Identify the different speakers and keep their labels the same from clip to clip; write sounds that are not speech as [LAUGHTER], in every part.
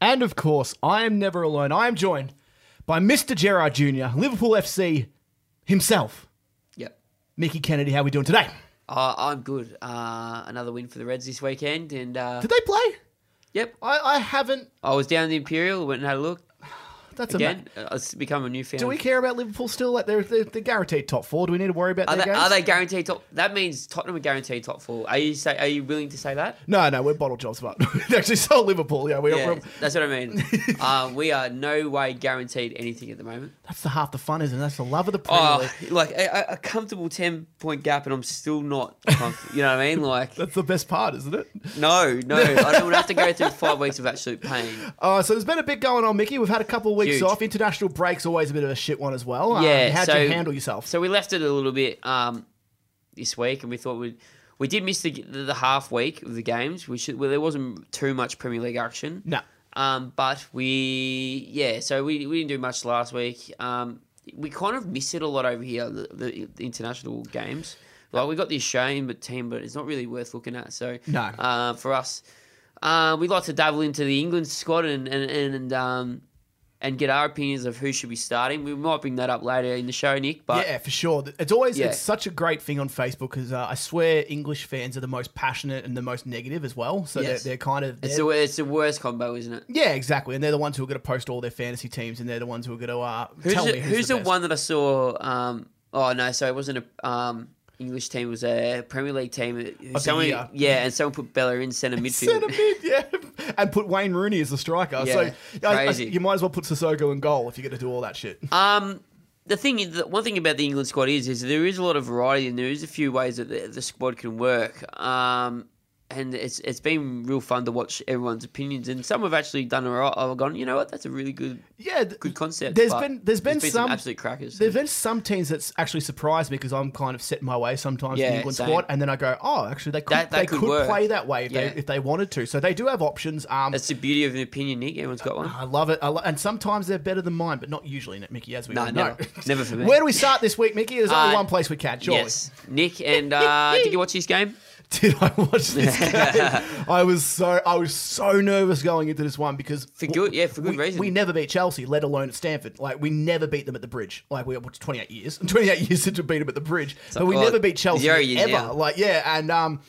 Speaker 1: And of course, I am never alone. I am joined by Mr. Gerard Jr., Liverpool FC himself.
Speaker 2: Yep.
Speaker 1: Mickey Kennedy, how are we doing today?
Speaker 2: Uh, I'm good. Uh, another win for the Reds this weekend, and uh,
Speaker 1: Did they play?
Speaker 2: yep,
Speaker 1: I, I haven't.
Speaker 2: I was down in the Imperial, went and had a look
Speaker 1: That's a.
Speaker 2: again. Uh, It's become a new fan.
Speaker 1: Do we care about Liverpool still? Like they're, they're, they're guaranteed top four. Do we need to worry about
Speaker 2: Are
Speaker 1: their
Speaker 2: they,
Speaker 1: games?
Speaker 2: are they guaranteed top? That means Tottenham are guaranteed top four. Are you say? Are you willing to say that?
Speaker 1: No, no, we're bottle jobs, but [LAUGHS] actually, so Liverpool. Yeah, we are.
Speaker 2: Yeah,
Speaker 1: we're-
Speaker 2: that's what I mean.
Speaker 1: [LAUGHS]
Speaker 2: uh, we are no way guaranteed anything at the moment.
Speaker 1: That's the half the fun, isn't it? That's the love of the Premier
Speaker 2: Oh,
Speaker 1: League.
Speaker 2: [LAUGHS] like a, a- a comfortable ten point gap, and I'm still not. Comf- you know
Speaker 1: [LAUGHS]
Speaker 2: what I mean? Like
Speaker 1: That's the best part, isn't it?
Speaker 2: no, no, I don't would have to go through five weeks of absolute pain.
Speaker 1: Uh, so there's been a bit going on, Mickey. We've had a couple of weeks
Speaker 2: Huge.
Speaker 1: off. International breaks always a bit of a shit one as well.
Speaker 2: Yeah,
Speaker 1: um, how'd
Speaker 2: so-
Speaker 1: you handle yourself?
Speaker 2: So we left it a little bit um, this week, and we thought we we did miss the the half week of the games. We should well, there wasn't too much Premier League action.
Speaker 1: no,
Speaker 2: Um, but we yeah, so we, we didn't do much last week. Um, we kind of miss it a lot over here, the, the, the international games. Like we got the Australian but team, but it's not really worth looking at. So
Speaker 1: No.
Speaker 2: uh, for us, uh, we like to dabble into the England squad and and and um, and get our opinions of who should be starting. We might bring that up later in the show, Nick. But
Speaker 1: yeah, for sure. It's always
Speaker 2: Yeah.
Speaker 1: it's such a great thing on Facebook because uh, I swear English fans are the most passionate and the most negative as well. So
Speaker 2: Yes.
Speaker 1: they're, they're kind of
Speaker 2: it's
Speaker 1: they're-
Speaker 2: the it's the worst combo, isn't it?
Speaker 1: yeah, exactly. And they're the ones who are going to post all their fantasy teams, and they're the ones who are going to uh,
Speaker 2: Who's,
Speaker 1: tell
Speaker 2: the,
Speaker 1: me
Speaker 2: who's, the,
Speaker 1: best. [LAUGHS]
Speaker 2: one that I saw? Um, oh no, so it wasn't a um, English team. It was a Premier League team.
Speaker 1: the
Speaker 2: Someone,
Speaker 1: year.
Speaker 2: yeah, and someone put Bella in centre midfield.
Speaker 1: Centre mid, [LAUGHS] yeah, and put Wayne Rooney as the striker.
Speaker 2: Yeah,
Speaker 1: so I- I-
Speaker 2: crazy.
Speaker 1: you might as well put Sissoko in goal if you're going to do all that shit. [LAUGHS]
Speaker 2: Um, the thing is, the one thing about the England squad is, is there is a lot of variety and there is a few ways that the, the squad can work. Um, and it's it's been real fun to watch everyone's opinions, and some have actually done all right. I've gone, you know what? That's a really good
Speaker 1: yeah, th-
Speaker 2: good concept.
Speaker 1: There's
Speaker 2: but
Speaker 1: been there's been, some,
Speaker 2: absolute crackers.
Speaker 1: there's been some teams that's actually surprised me because I'm kind of set my way sometimes in
Speaker 2: Yeah,
Speaker 1: the England
Speaker 2: same.
Speaker 1: squad, and then I go, oh, actually they could
Speaker 2: That- that
Speaker 1: they
Speaker 2: could
Speaker 1: could,
Speaker 2: work.
Speaker 1: play that way if,
Speaker 2: Yeah.
Speaker 1: they, if they wanted to. So they do have options. Um,
Speaker 2: That's the beauty of an opinion, Nick. Everyone's got
Speaker 1: [LAUGHS]
Speaker 2: one.
Speaker 1: I love it, I lo- and sometimes they're better than mine, but not usually, Nick- Mickey, as we
Speaker 2: No,
Speaker 1: all know.
Speaker 2: never.
Speaker 1: [LAUGHS]
Speaker 2: Never for me.
Speaker 1: Where do we start this week, Mickey? There's only
Speaker 2: Uh,
Speaker 1: one place we can, surely.
Speaker 2: Yes, Nick. And uh, did you watch this game?
Speaker 1: [LAUGHS] Did I watch
Speaker 2: [LAUGHS]
Speaker 1: this [LAUGHS] game? I was so I was so nervous going into this one because
Speaker 2: For good- yeah, for good
Speaker 1: we,
Speaker 2: reason.
Speaker 1: We never beat Chelsea, let alone at Stanford. Like we never beat them at the Bridge. Like we what's 28 years, [LAUGHS] 28 years since we beat them at the Bridge, but we
Speaker 2: like,
Speaker 1: never
Speaker 2: well,
Speaker 1: beat Chelsea
Speaker 2: zero
Speaker 1: ever.
Speaker 2: years now.
Speaker 1: Like yeah, and um,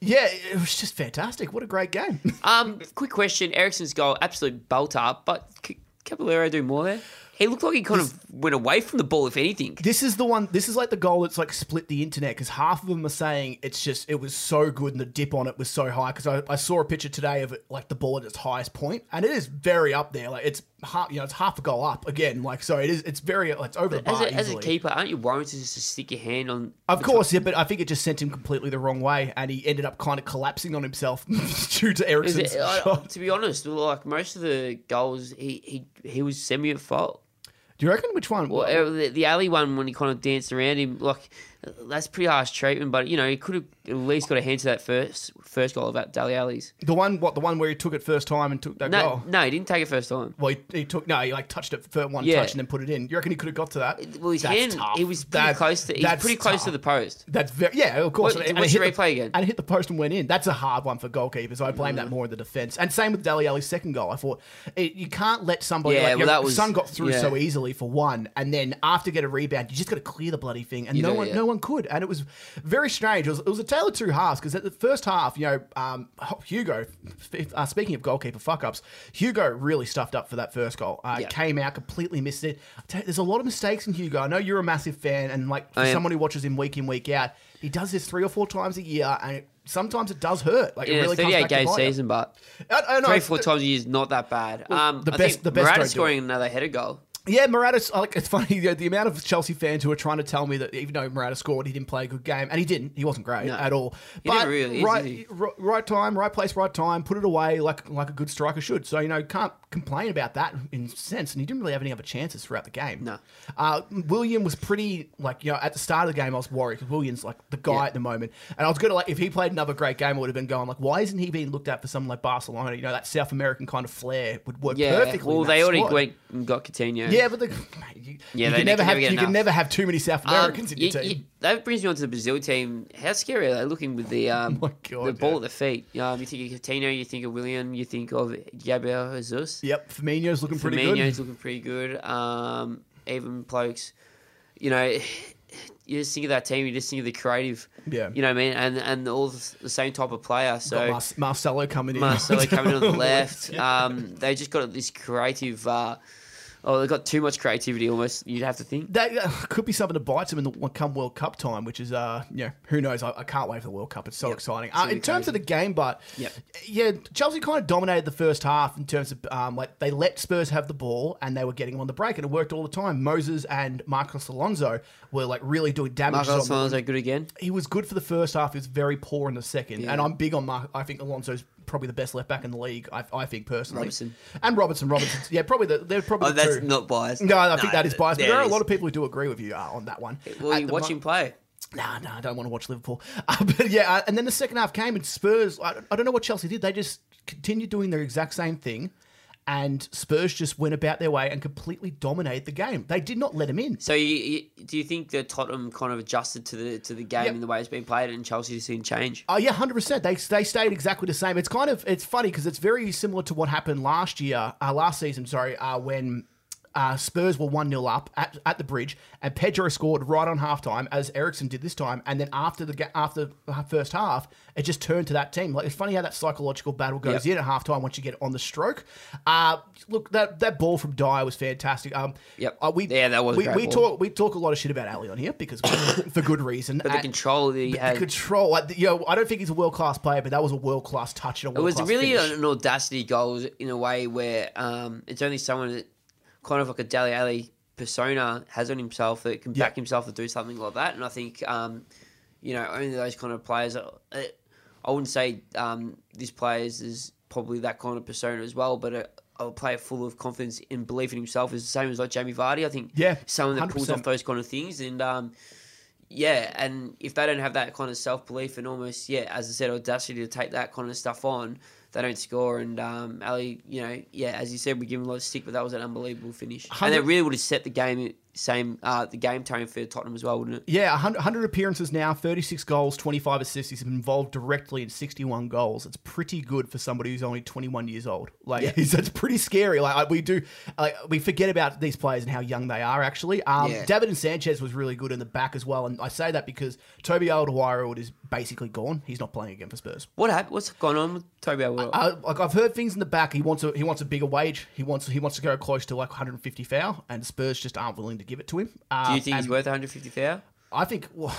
Speaker 1: yeah, it was just fantastic. What a great game. [LAUGHS]
Speaker 2: Um, quick question. Ericsson's goal, absolute belter, but could Caballero do more there? He looked like he kind of went away from the ball, if anything.
Speaker 1: This is the one. This is like the goal that's like split the internet because half of them are saying it's just it was so good and the dip on it was so high. Because I, I saw a picture today of it, like the ball at its highest point, and it is very up there. Like it's half, you know, it's half a goal up again. Like so, it is. It's very. It's over the
Speaker 2: As
Speaker 1: bar
Speaker 2: a, as a
Speaker 1: easily.
Speaker 2: keeper, aren't you warranted just to stick your
Speaker 1: [LAUGHS]
Speaker 2: hand on?
Speaker 1: of
Speaker 2: the
Speaker 1: course, yeah, but I think it just sent him completely the wrong way, and he ended up kind of collapsing on himself [LAUGHS] due to
Speaker 2: top- Is
Speaker 1: Ericsson's
Speaker 2: it- I-
Speaker 1: shot.
Speaker 2: to be honest, like most of the goals, he he, he was semi at fault.
Speaker 1: Do you reckon which one?
Speaker 2: Well, uh, the, the alley one when he kind of danced around him, like uh, that's pretty harsh treatment. But you know, he could have at least got a hand to that first first goal of that Dally Alley's.
Speaker 1: the one what? The one where he took it first time and took that
Speaker 2: No,
Speaker 1: goal.
Speaker 2: no, he didn't take it first time.
Speaker 1: Well, he, he took no, he like touched it for one
Speaker 2: Yeah.
Speaker 1: touch and then put it in. You reckon he could have got to that?
Speaker 2: Well, his
Speaker 1: That's
Speaker 2: hand,
Speaker 1: tough.
Speaker 2: he was pretty
Speaker 1: That-
Speaker 2: close to. He's
Speaker 1: that's
Speaker 2: pretty close to
Speaker 1: tough.
Speaker 2: the post.
Speaker 1: That's very yeah, of course.
Speaker 2: What-
Speaker 1: And it
Speaker 2: what's
Speaker 1: hit
Speaker 2: the replay again? Mm.
Speaker 1: And it hit the post and went in. That's a hard one for goalkeepers. I blame that more on the defense. And same with Dali Ali's second goal. I thought it, you can't let somebody
Speaker 2: Yeah,
Speaker 1: like
Speaker 2: well, that was-
Speaker 1: Sun got through
Speaker 2: yeah.
Speaker 1: so easily for one, and then after get a rebound, you just got to clear the bloody thing, and
Speaker 2: You
Speaker 1: no
Speaker 2: do,
Speaker 1: one
Speaker 2: yeah.
Speaker 1: no one could. And it was very strange. It was, it was a tale of two halves because at the first half, you know, um, Hugo. f- Uh, speaking of goalkeeper fuck ups, Hugo really stuffed up for that first goal. Uh,
Speaker 2: Yeah.
Speaker 1: Came out completely missed it. I tell you, There's a lot of mistakes in Hugo. I know you're a massive fan, and like for
Speaker 2: I am.
Speaker 1: someone who watches him week in week out, he does this three or four times a year, and it, sometimes it does hurt. Like it
Speaker 2: Yeah,
Speaker 1: really comes
Speaker 2: thirty-eight
Speaker 1: back
Speaker 2: game
Speaker 1: to bite you.
Speaker 2: season, but
Speaker 1: I, I know,
Speaker 2: three,
Speaker 1: it's-
Speaker 2: four times a year is not that bad. Um,
Speaker 1: the
Speaker 2: I
Speaker 1: best-
Speaker 2: think
Speaker 1: the best
Speaker 2: Morata
Speaker 1: don't do it.
Speaker 2: scoring another header goal.
Speaker 1: Yeah, Morata. Like it's funny [LAUGHS] you know, the amount of Chelsea fans who are trying to tell me that even though Morata scored, he didn't play a good game, and he didn't. He wasn't great
Speaker 2: No.
Speaker 1: at all.
Speaker 2: He
Speaker 1: but
Speaker 2: never really is,
Speaker 1: right,
Speaker 2: is he?
Speaker 1: r- right time, right place, right time. Put it away like like a good striker should. So you know, can't complain about that in a sense. And he didn't really have any other chances throughout the game.
Speaker 2: No.
Speaker 1: Uh, William was pretty like you know at the start of the game I was worried because William's like the guy
Speaker 2: Yeah.
Speaker 1: at the moment, and I was gonna like if he played another great game, I would have been going like why isn't he being looked at for someone like Barcelona? You know that South American kind of flair would work
Speaker 2: Yeah,
Speaker 1: perfectly. in
Speaker 2: well,
Speaker 1: that
Speaker 2: they already
Speaker 1: squad.
Speaker 2: went and got Coutinho.
Speaker 1: Yeah, but the, mate, you,
Speaker 2: Yeah,
Speaker 1: you
Speaker 2: they
Speaker 1: can never
Speaker 2: ne- can never
Speaker 1: have
Speaker 2: get
Speaker 1: you can
Speaker 2: enough.
Speaker 1: never have too many South
Speaker 2: Um,
Speaker 1: Americans in your
Speaker 2: you-
Speaker 1: team.
Speaker 2: you- that brings me on to the Brazil team. How scary are they looking with
Speaker 1: [LAUGHS]
Speaker 2: the um,
Speaker 1: Oh My God,
Speaker 2: the ball
Speaker 1: yeah.
Speaker 2: at the feet? Um, you think of Coutinho, you think of William, you think of Gabriel Jesus.
Speaker 1: Yep, Firmino's looking pretty
Speaker 2: Firmino's
Speaker 1: good.
Speaker 2: looking pretty good. Um, even blokes, you know, [SIGHS] you just think of that team, you just think of the creative.
Speaker 1: Yeah.
Speaker 2: You know what I mean? And and all the the same type of player. So
Speaker 1: Got Mar- Marcelo coming in. [LAUGHS]
Speaker 2: Marcelo coming on the left.
Speaker 1: Yeah.
Speaker 2: Um, they just got this creative. Uh, oh, they got too much creativity. Almost, you'd have to think.
Speaker 1: that uh, could be something to bite them in the come World Cup time, which is uh, you know, who knows? I, I can't wait for the World Cup. It's so exciting. Uh,
Speaker 2: gonna
Speaker 1: in
Speaker 2: be
Speaker 1: terms of the game, but
Speaker 2: Yep.
Speaker 1: yeah, Chelsea kind of dominated the first half in terms of um, like they let Spurs have the ball and they were getting them on the break, and it worked all the time. Moses and Marcos Alonso were like really doing damage.
Speaker 2: Marcos
Speaker 1: on them.
Speaker 2: Alonso good again.
Speaker 1: He was good for the first half. He was very poor in the second,
Speaker 2: Yeah.
Speaker 1: and I'm big on Mark. I think Alonso's probably the best left back in the league. I, I think personally,
Speaker 2: Robertson.
Speaker 1: and Robertson, Robertson, yeah, probably the, they're probably
Speaker 2: Oh,
Speaker 1: the
Speaker 2: that's
Speaker 1: two.
Speaker 2: not biased.
Speaker 1: No, I think that is biased. But there
Speaker 2: it
Speaker 1: are a
Speaker 2: is.
Speaker 1: lot of people who do agree with you uh, on that one.
Speaker 2: Well,
Speaker 1: At
Speaker 2: you
Speaker 1: the
Speaker 2: watch
Speaker 1: mo-
Speaker 2: him play.
Speaker 1: Nah, nah, I don't want to watch Liverpool. [LAUGHS] Uh, but yeah, uh, and then the second half came and Spurs. I, I don't know what Chelsea did. They just continued doing their exact same thing, and Spurs just went about their way and completely dominated the game. They did not let him in.
Speaker 2: So, you, you, do you think that Tottenham kind of adjusted to the to the game
Speaker 1: Yep.
Speaker 2: and the way it's been played, and Chelsea just didn't change?
Speaker 1: Oh yeah, hundred percent. They they stayed exactly the same. It's kind of it's funny because it's very similar to what happened last year, uh, last season. Sorry, uh, when. Uh, Spurs were 1 0 up at, at the bridge, and Pedro scored right on halftime, as Ericsson did this time. And then after the ga- after the first half, it just turned to that team. Like It's funny how that psychological battle goes
Speaker 2: Yep.
Speaker 1: in at halftime once you get on the stroke. Uh, look, that, that ball from Dyer was fantastic. Um,
Speaker 2: Yep.
Speaker 1: uh, we,
Speaker 2: Yeah, that was a
Speaker 1: we,
Speaker 2: great
Speaker 1: we
Speaker 2: ball.
Speaker 1: talk We talk a lot of shit about Ali on here because [COUGHS] for good reason.
Speaker 2: But the
Speaker 1: Uh,
Speaker 2: control that he
Speaker 1: the
Speaker 2: had,
Speaker 1: control. Like, you know, I don't think he's a world class player, but that was a world class touch and a
Speaker 2: it
Speaker 1: world
Speaker 2: was
Speaker 1: class
Speaker 2: really
Speaker 1: finish.
Speaker 2: an audacity goal in a way where um, it's only someone that kind of like a Dali Alley persona has on himself that can
Speaker 1: Yeah.
Speaker 2: back himself to do something like that. And I think um, you know only those kind of players. Are, uh, I wouldn't say um, this player is, is probably that kind of persona as well, but. A, a player full of confidence and belief in himself is the same as like Jamie Vardy. I think
Speaker 1: Yeah,
Speaker 2: someone that pulls
Speaker 1: 100%.
Speaker 2: off those kind of things and um, yeah, and if they don't have that kind of self belief and almost yeah, as I said, audacity to take that kind of stuff on, they don't score. And um, Ali, you know, yeah, as you said, we give him a lot of stick, but that was an unbelievable finish, and that
Speaker 1: Hundred-
Speaker 2: really would have set the game same uh, the game tone for Tottenham as well, wouldn't it?
Speaker 1: Yeah, 100, 100 appearances now, 36 goals, 25 assists. He's been involved directly in 61 goals. It's pretty good for somebody who's only 21 years old. Like, [LAUGHS] it's, it's pretty scary. Like, I- we do, like, we forget about these players and how young they are, actually. Um,
Speaker 2: Yeah.
Speaker 1: David and Sanchez was really good in the back as well. And I say that because Toby Alderweireld is basically gone. He's not playing again for Spurs.
Speaker 2: What happened? What's gone on with Toby Alderweireld?
Speaker 1: Uh, like I've heard things in the back. He wants a he wants a bigger wage. He wants he wants to go close to like 150 foul, and Spurs just aren't willing to give it to him. Uh,
Speaker 2: Do you think he's
Speaker 1: and
Speaker 2: worth 150 thou?
Speaker 1: I think. Well,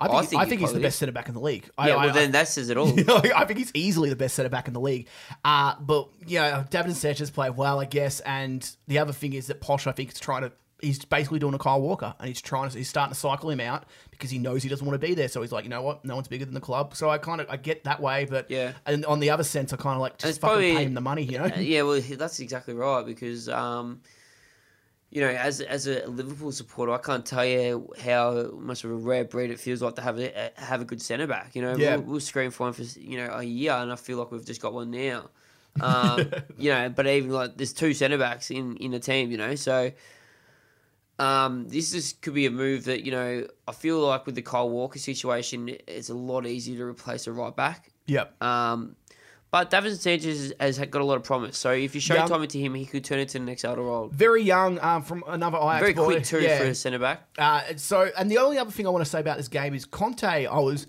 Speaker 1: I think, I think,
Speaker 2: think he
Speaker 1: he's the
Speaker 2: probably
Speaker 1: best
Speaker 2: is.
Speaker 1: centre back in the league.
Speaker 2: Yeah,
Speaker 1: oh, I,
Speaker 2: well
Speaker 1: I,
Speaker 2: then that says it
Speaker 1: [LAUGHS]
Speaker 2: all.
Speaker 1: you know, I think he's easily the best centre back in the league. Uh, but yeah, David and Sanchez play well, I guess. And the other thing is that Posh, I think, is trying to. He's basically doing a Kyle Walker, and he's trying to. He's starting to cycle him out because he knows he doesn't want to be there. So he's like, you know what? No one's bigger than the club. So I kind of I get that way, but
Speaker 2: Yeah.
Speaker 1: And on the other sense, I kind of like
Speaker 2: it's
Speaker 1: just fucking
Speaker 2: probably-
Speaker 1: pay him the money, you know?
Speaker 2: Uh, yeah, well, that's exactly right because, um, you know, as as a Liverpool supporter, I can't tell you how much of a rare breed it feels like to have a a- have a good centre back. You know,
Speaker 1: Yeah.
Speaker 2: we'll, we'll scream for him for you know a year, and I feel like we've just got one now. Um,
Speaker 1: [LAUGHS]
Speaker 2: you know, but even like there's two centre backs in in a team. You know, so. Um, this is, could be a move that you know. I feel like with the Kyle Walker situation, it's a lot easier to replace a right back.
Speaker 1: Yep.
Speaker 2: Um, but Davin Sanchez has has got a lot of promise. So if you show
Speaker 1: Yeah.
Speaker 2: time to him, he could turn into the next Alderweireld.
Speaker 1: Very young um, from another Ajax
Speaker 2: Very
Speaker 1: boy.
Speaker 2: quick too for a centre back.
Speaker 1: Uh, and so, and the only other thing I want to say about this game is Conte. I was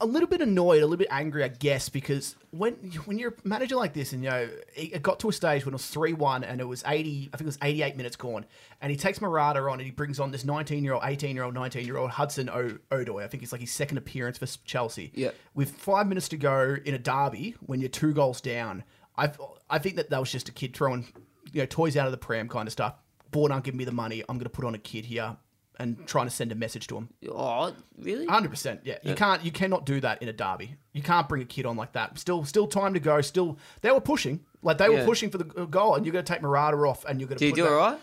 Speaker 1: a little bit annoyed, a little bit angry, I guess, because when when you're a manager like this, and you know, it it got to a stage when it was three one, and it was eighty, I think it was eighty eight minutes gone, and he takes Murata on, and he brings on this nineteen year old, eighteen year old, nineteen year old Hudson o- Odoi. I think it's like his second appearance for Chelsea.
Speaker 2: Yeah.
Speaker 1: with five minutes to go in a derby, when you're two goals down, I I think that that was just a kid throwing you know toys out of the pram kind of stuff. Board aren't giving me the money. I'm going to put on a kid here and trying to send a message to him.
Speaker 2: Oh, really?
Speaker 1: Hundred percent. Yeah, you can't. You cannot do that in a derby. You can't bring a kid on like that. Still, still time to go. Still, they were pushing. uh, Like they were
Speaker 2: Yeah.
Speaker 1: pushing for the goal, and you're going to take Murata off, and you're going to.
Speaker 2: Did he
Speaker 1: put
Speaker 2: do
Speaker 1: that-
Speaker 2: all right?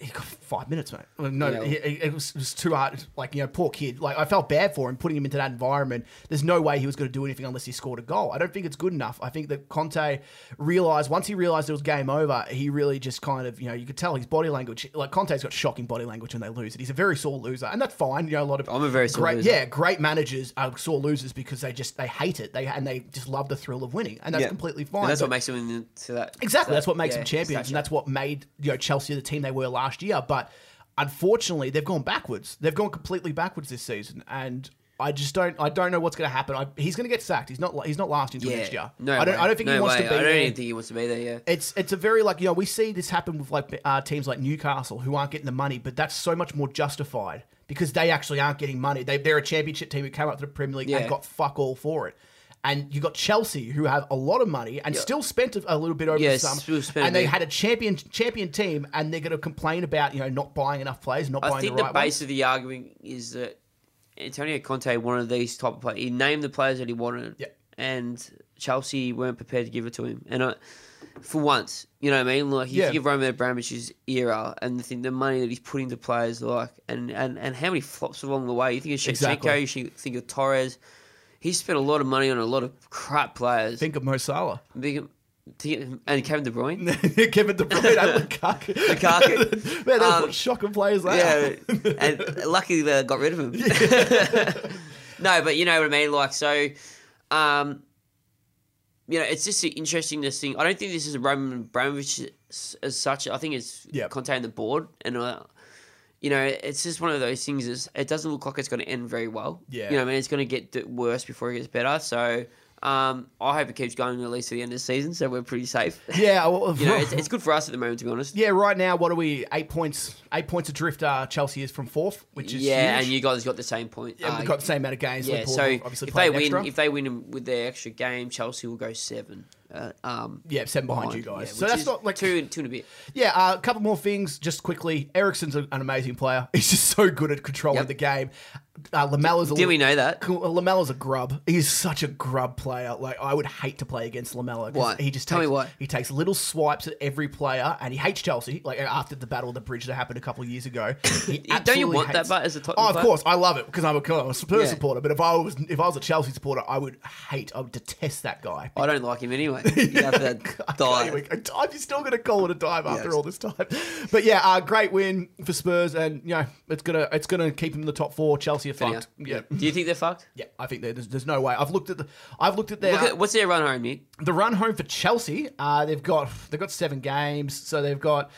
Speaker 1: he got five minutes, mate. Well, No,
Speaker 2: Yeah.
Speaker 1: he- it, it was, it was too hard. Like you know, poor kid. Like I felt bad for him putting him into that environment. There's no way he was going to do anything unless he scored a goal. I don't think it's good enough. I think that Conte realized once he realized it was game over, he really just kind of you know you could tell his body language. Like Conte's got shocking body language when they lose it. He's a very sore loser, and that's fine. You know, a lot of
Speaker 2: I'm a very sore
Speaker 1: great,
Speaker 2: loser.
Speaker 1: yeah, great managers are sore losers because they just they hate it. They and they just love the thrill of winning, and that's
Speaker 3: Yeah.
Speaker 1: completely fine.
Speaker 2: And that's
Speaker 1: But-
Speaker 2: what makes them into that.
Speaker 1: Exactly.
Speaker 2: that-
Speaker 1: That's what makes
Speaker 2: yeah,
Speaker 1: them champions,
Speaker 2: stature.
Speaker 1: and that's what made you know Chelsea the team they were last year. But unfortunately, they've gone backwards. They've gone completely backwards this season, and I just don't. I don't know what's going to happen. I, he's going to get sacked. He's not. He's not lasting till
Speaker 2: yeah.
Speaker 1: next year.
Speaker 2: No,
Speaker 1: I don't.
Speaker 2: way.
Speaker 1: I don't think
Speaker 2: no
Speaker 1: he wants
Speaker 2: way.
Speaker 1: to be.
Speaker 2: I don't
Speaker 1: there.
Speaker 2: even think he wants to be there. Yeah.
Speaker 1: It's it's a very like you know we see this happen with like uh, teams like Newcastle who aren't getting the money, but that's so much more justified because they actually aren't getting money. They they're a championship team who came up to the Premier League
Speaker 2: Yeah.
Speaker 1: and got fuck all for it. And you got Chelsea who have a lot of money and still spent a, a little bit over
Speaker 2: Yeah,
Speaker 1: the sum,
Speaker 2: still spent a
Speaker 1: and they
Speaker 2: bit.
Speaker 1: had a champion champion team, and they're going to complain about you know not buying enough players, not
Speaker 2: I
Speaker 1: buying
Speaker 2: think
Speaker 1: the
Speaker 2: the,
Speaker 1: right ones.
Speaker 2: base of the argument is that Antonio Conte wanted these type of players. He named the players that he wanted,
Speaker 1: Yeah.
Speaker 2: and Chelsea weren't prepared to give it to him. And I, for once, you know what I mean. Like you
Speaker 1: Yeah.
Speaker 2: give Roman Abramovich's era and the thing, the money that he's put into players, like and and, and how many flops along the way. You think of Shevchenko,
Speaker 1: Exactly.
Speaker 2: you should think of Torres. He spent a lot of money on a lot of crap players.
Speaker 1: Think of Mo Salah, [LAUGHS]
Speaker 2: Think- think- and Kevin De Bruyne.
Speaker 1: Kevin De Bruyne, and
Speaker 2: [LAUGHS]
Speaker 1: Lukaku. [LAUGHS]
Speaker 2: Lukaku.
Speaker 1: Man, that's
Speaker 2: Um,
Speaker 1: what shocking players they
Speaker 2: Yeah,
Speaker 1: are. [LAUGHS]
Speaker 2: and luckily they got rid of him. [LAUGHS] no, but you know what I mean. Like so, um, you know, it's just interesting this thing. I don't think this is Roman Abramovich as, as such. I think it's
Speaker 1: Yep.
Speaker 2: Conte and the board, and uh, you know, it's just one of those things. Is it doesn't look like it's going to end very well.
Speaker 1: Yeah.
Speaker 2: you know, what I mean, it's going to get d- worse before it gets better. So. Um, I hope it keeps going at least to the end of the season, so we're
Speaker 1: [LAUGHS]
Speaker 2: pretty safe.
Speaker 1: Yeah, well,
Speaker 2: you know, it's, it's good for us at the moment, to be honest.
Speaker 1: Yeah, right now, what are we? Eight points, eight points adrift. Uh, Chelsea is from fourth, which is
Speaker 2: yeah,
Speaker 1: huge.
Speaker 2: and you guys got the same point.
Speaker 1: and
Speaker 2: uh,
Speaker 1: we've got the same amount of games.
Speaker 2: Yeah,
Speaker 1: Liverpool
Speaker 2: so
Speaker 1: have obviously
Speaker 2: if they
Speaker 1: played
Speaker 2: win,
Speaker 1: extra.
Speaker 2: if they win in- with their extra game, Chelsea will go seven. Uh, um,
Speaker 1: yeah, seven behind, you
Speaker 2: yeah,
Speaker 1: guys. so
Speaker 2: which
Speaker 1: that's
Speaker 2: is
Speaker 1: not like
Speaker 2: two, two and a bit.
Speaker 1: Yeah, uh, a couple more things just quickly. Ericsson's an an amazing player. [LAUGHS] He's just so good at controlling
Speaker 2: Yep.
Speaker 1: the game. Uh, Lamella's a
Speaker 2: Did
Speaker 1: little-
Speaker 2: we know that?
Speaker 1: Cool. Uh, Lamella's a grub. He's such a grub player. Like I would hate to play against Lamella. 'cause
Speaker 2: Why?
Speaker 1: He just
Speaker 2: Tell
Speaker 1: takes,
Speaker 2: me why.
Speaker 1: He takes little swipes at every player, and he hates Chelsea. Like after the battle of the bridge that happened a couple of years
Speaker 2: [COUGHS]
Speaker 1: ago, he
Speaker 2: Don't you
Speaker 1: absolutely
Speaker 2: want
Speaker 1: hates-
Speaker 2: that, but as a Tottenham
Speaker 1: Oh, of
Speaker 2: player?
Speaker 1: course, I love it because I'm a, I'm a Spurs
Speaker 2: Yeah.
Speaker 1: supporter. But if I was if I was a Chelsea supporter, I would hate, I would detest that guy.
Speaker 2: I don't like
Speaker 1: [LAUGHS]
Speaker 2: him anyway. Oh, You have to
Speaker 1: I can't
Speaker 2: die.
Speaker 1: even- a dive. You're still going to call it a dive after
Speaker 2: Yes.
Speaker 1: all this time. But yeah, uh, great win for Spurs, and you know it's gonna it's gonna keep him in the top four. Chelsea are
Speaker 2: Yeah.
Speaker 1: fucked. Yeah.
Speaker 2: Do you think they're fucked?
Speaker 1: Yeah, I think there- there's, there's no way. I've looked at the I've looked at their uh,
Speaker 2: Look at, what's their run home, Nick?
Speaker 1: the run home for Chelsea. Uh, they've got they've got seven games, so they've got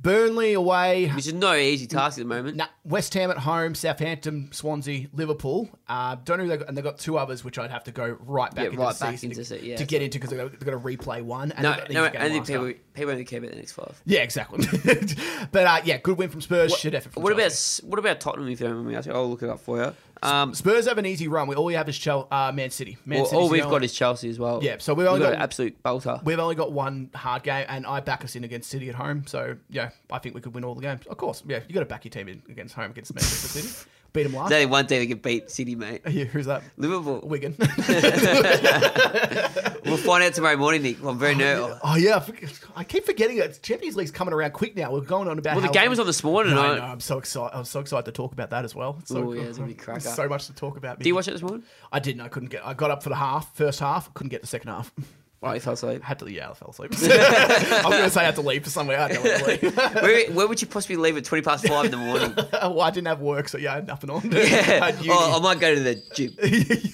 Speaker 1: Burnley away,
Speaker 2: Which is no easy task at the moment.
Speaker 1: nah, West Ham at home, Southampton, Swansea, Liverpool. Uh, don't know, who they got, and they've got two others which I'd have to go right back
Speaker 2: Yeah,
Speaker 1: into
Speaker 2: right
Speaker 1: the
Speaker 2: back
Speaker 1: season
Speaker 2: into
Speaker 1: to,
Speaker 2: it, yeah,
Speaker 1: to
Speaker 2: it's
Speaker 1: get into because they're going to replay one. And
Speaker 2: no,
Speaker 1: they've got an
Speaker 2: no,
Speaker 1: easy game
Speaker 2: I think
Speaker 1: last time.
Speaker 2: people, people only care about the next five.
Speaker 1: Yeah, exactly. [LAUGHS] but uh, yeah, good win from Spurs. Shit effort from
Speaker 2: What about
Speaker 1: Chelsea.
Speaker 2: s- what about Tottenham? If you don't mind me asking, I'll look it up for you. Um,
Speaker 1: Spurs? Have an easy run. We all we have is Chel- uh, Man City. Man
Speaker 2: well,
Speaker 1: City's
Speaker 2: all
Speaker 1: the
Speaker 2: we've
Speaker 1: only-
Speaker 2: got is Chelsea as well.
Speaker 1: Yeah, so we've
Speaker 2: we've
Speaker 1: only
Speaker 2: got
Speaker 1: got-
Speaker 2: an absolute bolter.
Speaker 1: We've only got one hard game, and I back us in against City at home. So yeah, I think we could win all the games. Of course, yeah, you got to back your team in against home against Manchester
Speaker 2: [LAUGHS]
Speaker 1: City. Beat them last. [LAUGHS]
Speaker 2: There's only one team that can beat City, mate.
Speaker 1: yeah, who's that?
Speaker 2: Liverpool. [LAUGHS]
Speaker 1: Wigan.
Speaker 2: We'll find out tomorrow morning, Nick. I'm very nervous.
Speaker 1: [LAUGHS] oh yeah, I, forget- I keep forgetting that Champions Leagu's coming around quick now. We're going on about.
Speaker 2: Well, the
Speaker 1: how-
Speaker 2: game was on this morning.
Speaker 1: No,
Speaker 2: I-
Speaker 1: no, I'm so excited. I'm so excited to talk about that as well. It's so
Speaker 2: Ooh, yeah,
Speaker 1: cool.
Speaker 2: it's gonna be cracker.
Speaker 1: So much to talk about.
Speaker 2: Do you watch it this morning?
Speaker 1: I didn't. I couldn't get. I got up for the half, first half. Couldn't get the second half. [LAUGHS]
Speaker 2: Right, you fell asleep.
Speaker 1: Had to. Yeah, I fell
Speaker 2: [LAUGHS]
Speaker 1: asleep. [LAUGHS] I was going to say I had to leave for somewhere. I, had to leave.
Speaker 2: Where, where would you possibly leave at 20 past 5 in
Speaker 1: [LAUGHS]
Speaker 2: the morning?
Speaker 1: well, I didn't have work, so yeah, I had nothing on. [LAUGHS] I
Speaker 2: [LAUGHS] Yeah.
Speaker 1: had uni.
Speaker 2: Oh, I might go to the gym.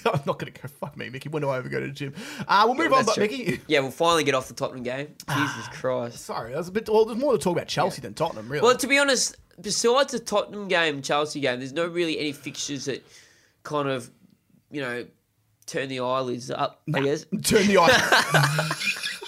Speaker 1: [LAUGHS] I'm not going to go. Fuck me, Mickey. When do I ever go to the gym? Uh, we'll move on,
Speaker 2: That's
Speaker 1: but
Speaker 2: true.
Speaker 1: Mickey. [LAUGHS] Ah.
Speaker 2: Yeah, we'll finally get off the Tottenham game. Jesus Christ.
Speaker 1: Sorry, that was a bit. Well, there's more to talk about Chelsea than Tottenham, really.
Speaker 2: Well, to be honest, besides the Tottenham game, Chelsea game, there's no really any fixtures that kind of, you know, turn the eyelids up, I guess.
Speaker 1: [LAUGHS] Turn the eye.
Speaker 2: [LAUGHS]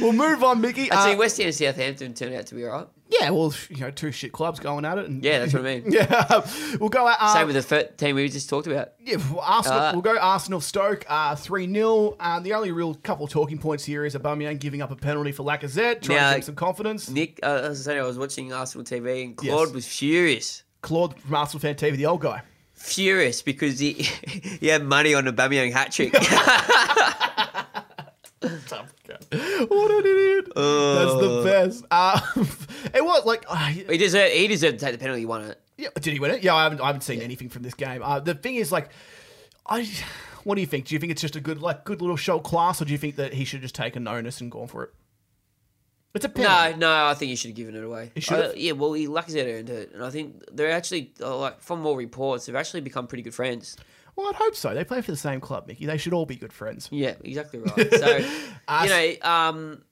Speaker 1: we'll move on, Mickey. Uh,
Speaker 2: See, West Ham and Southampton turned out to be all right.
Speaker 1: yeah, well, you know, two shit clubs going at it, and
Speaker 2: Yeah, that's what I mean.
Speaker 1: [LAUGHS] yeah, we'll go out. Uh,
Speaker 2: Same with the fir- team we just talked about.
Speaker 1: Yeah, well, Arsenal,
Speaker 2: Uh,
Speaker 1: we'll go Arsenal Stoke three 0 uh, The only real couple talking points here is Aubameyang giving up a penalty for Lacazette, trying
Speaker 2: Now-
Speaker 1: to give some confidence.
Speaker 2: Nick, uh, as I said, I was watching Arsenal TV and Claude
Speaker 1: Yes.
Speaker 2: was furious.
Speaker 1: Claude from Arsenal fan TV, the old guy.
Speaker 2: furious because he [LAUGHS]
Speaker 1: [LAUGHS]
Speaker 2: he had money on a Bamiyang hat trick.
Speaker 1: Tough guy. [LAUGHS] What an idiot! That's the best. Uh, [LAUGHS] it was like, I
Speaker 2: He deserved, he deserved to take the penalty. He won it.
Speaker 1: yeah, did he win it? Yeah, I haven't, I haven't seen anything from this game. Uh, the thing is, like, I. What do you think? Do you think it's just a good, like, good little show class, or do you think that he should just take a onus and gone for it? It's a penalty.
Speaker 2: No, no, I think he should have given it away.
Speaker 1: He should have?
Speaker 2: Uh, yeah, well, he lucky's out earned it, and I think they're actually uh, like from all reports, they've actually become pretty good friends.
Speaker 1: Well, I'd hope so. They play for the same club, Mickey. They should all be good friends.
Speaker 2: Yeah, exactly right.
Speaker 1: [LAUGHS]
Speaker 2: So
Speaker 1: Us-
Speaker 2: you know, um,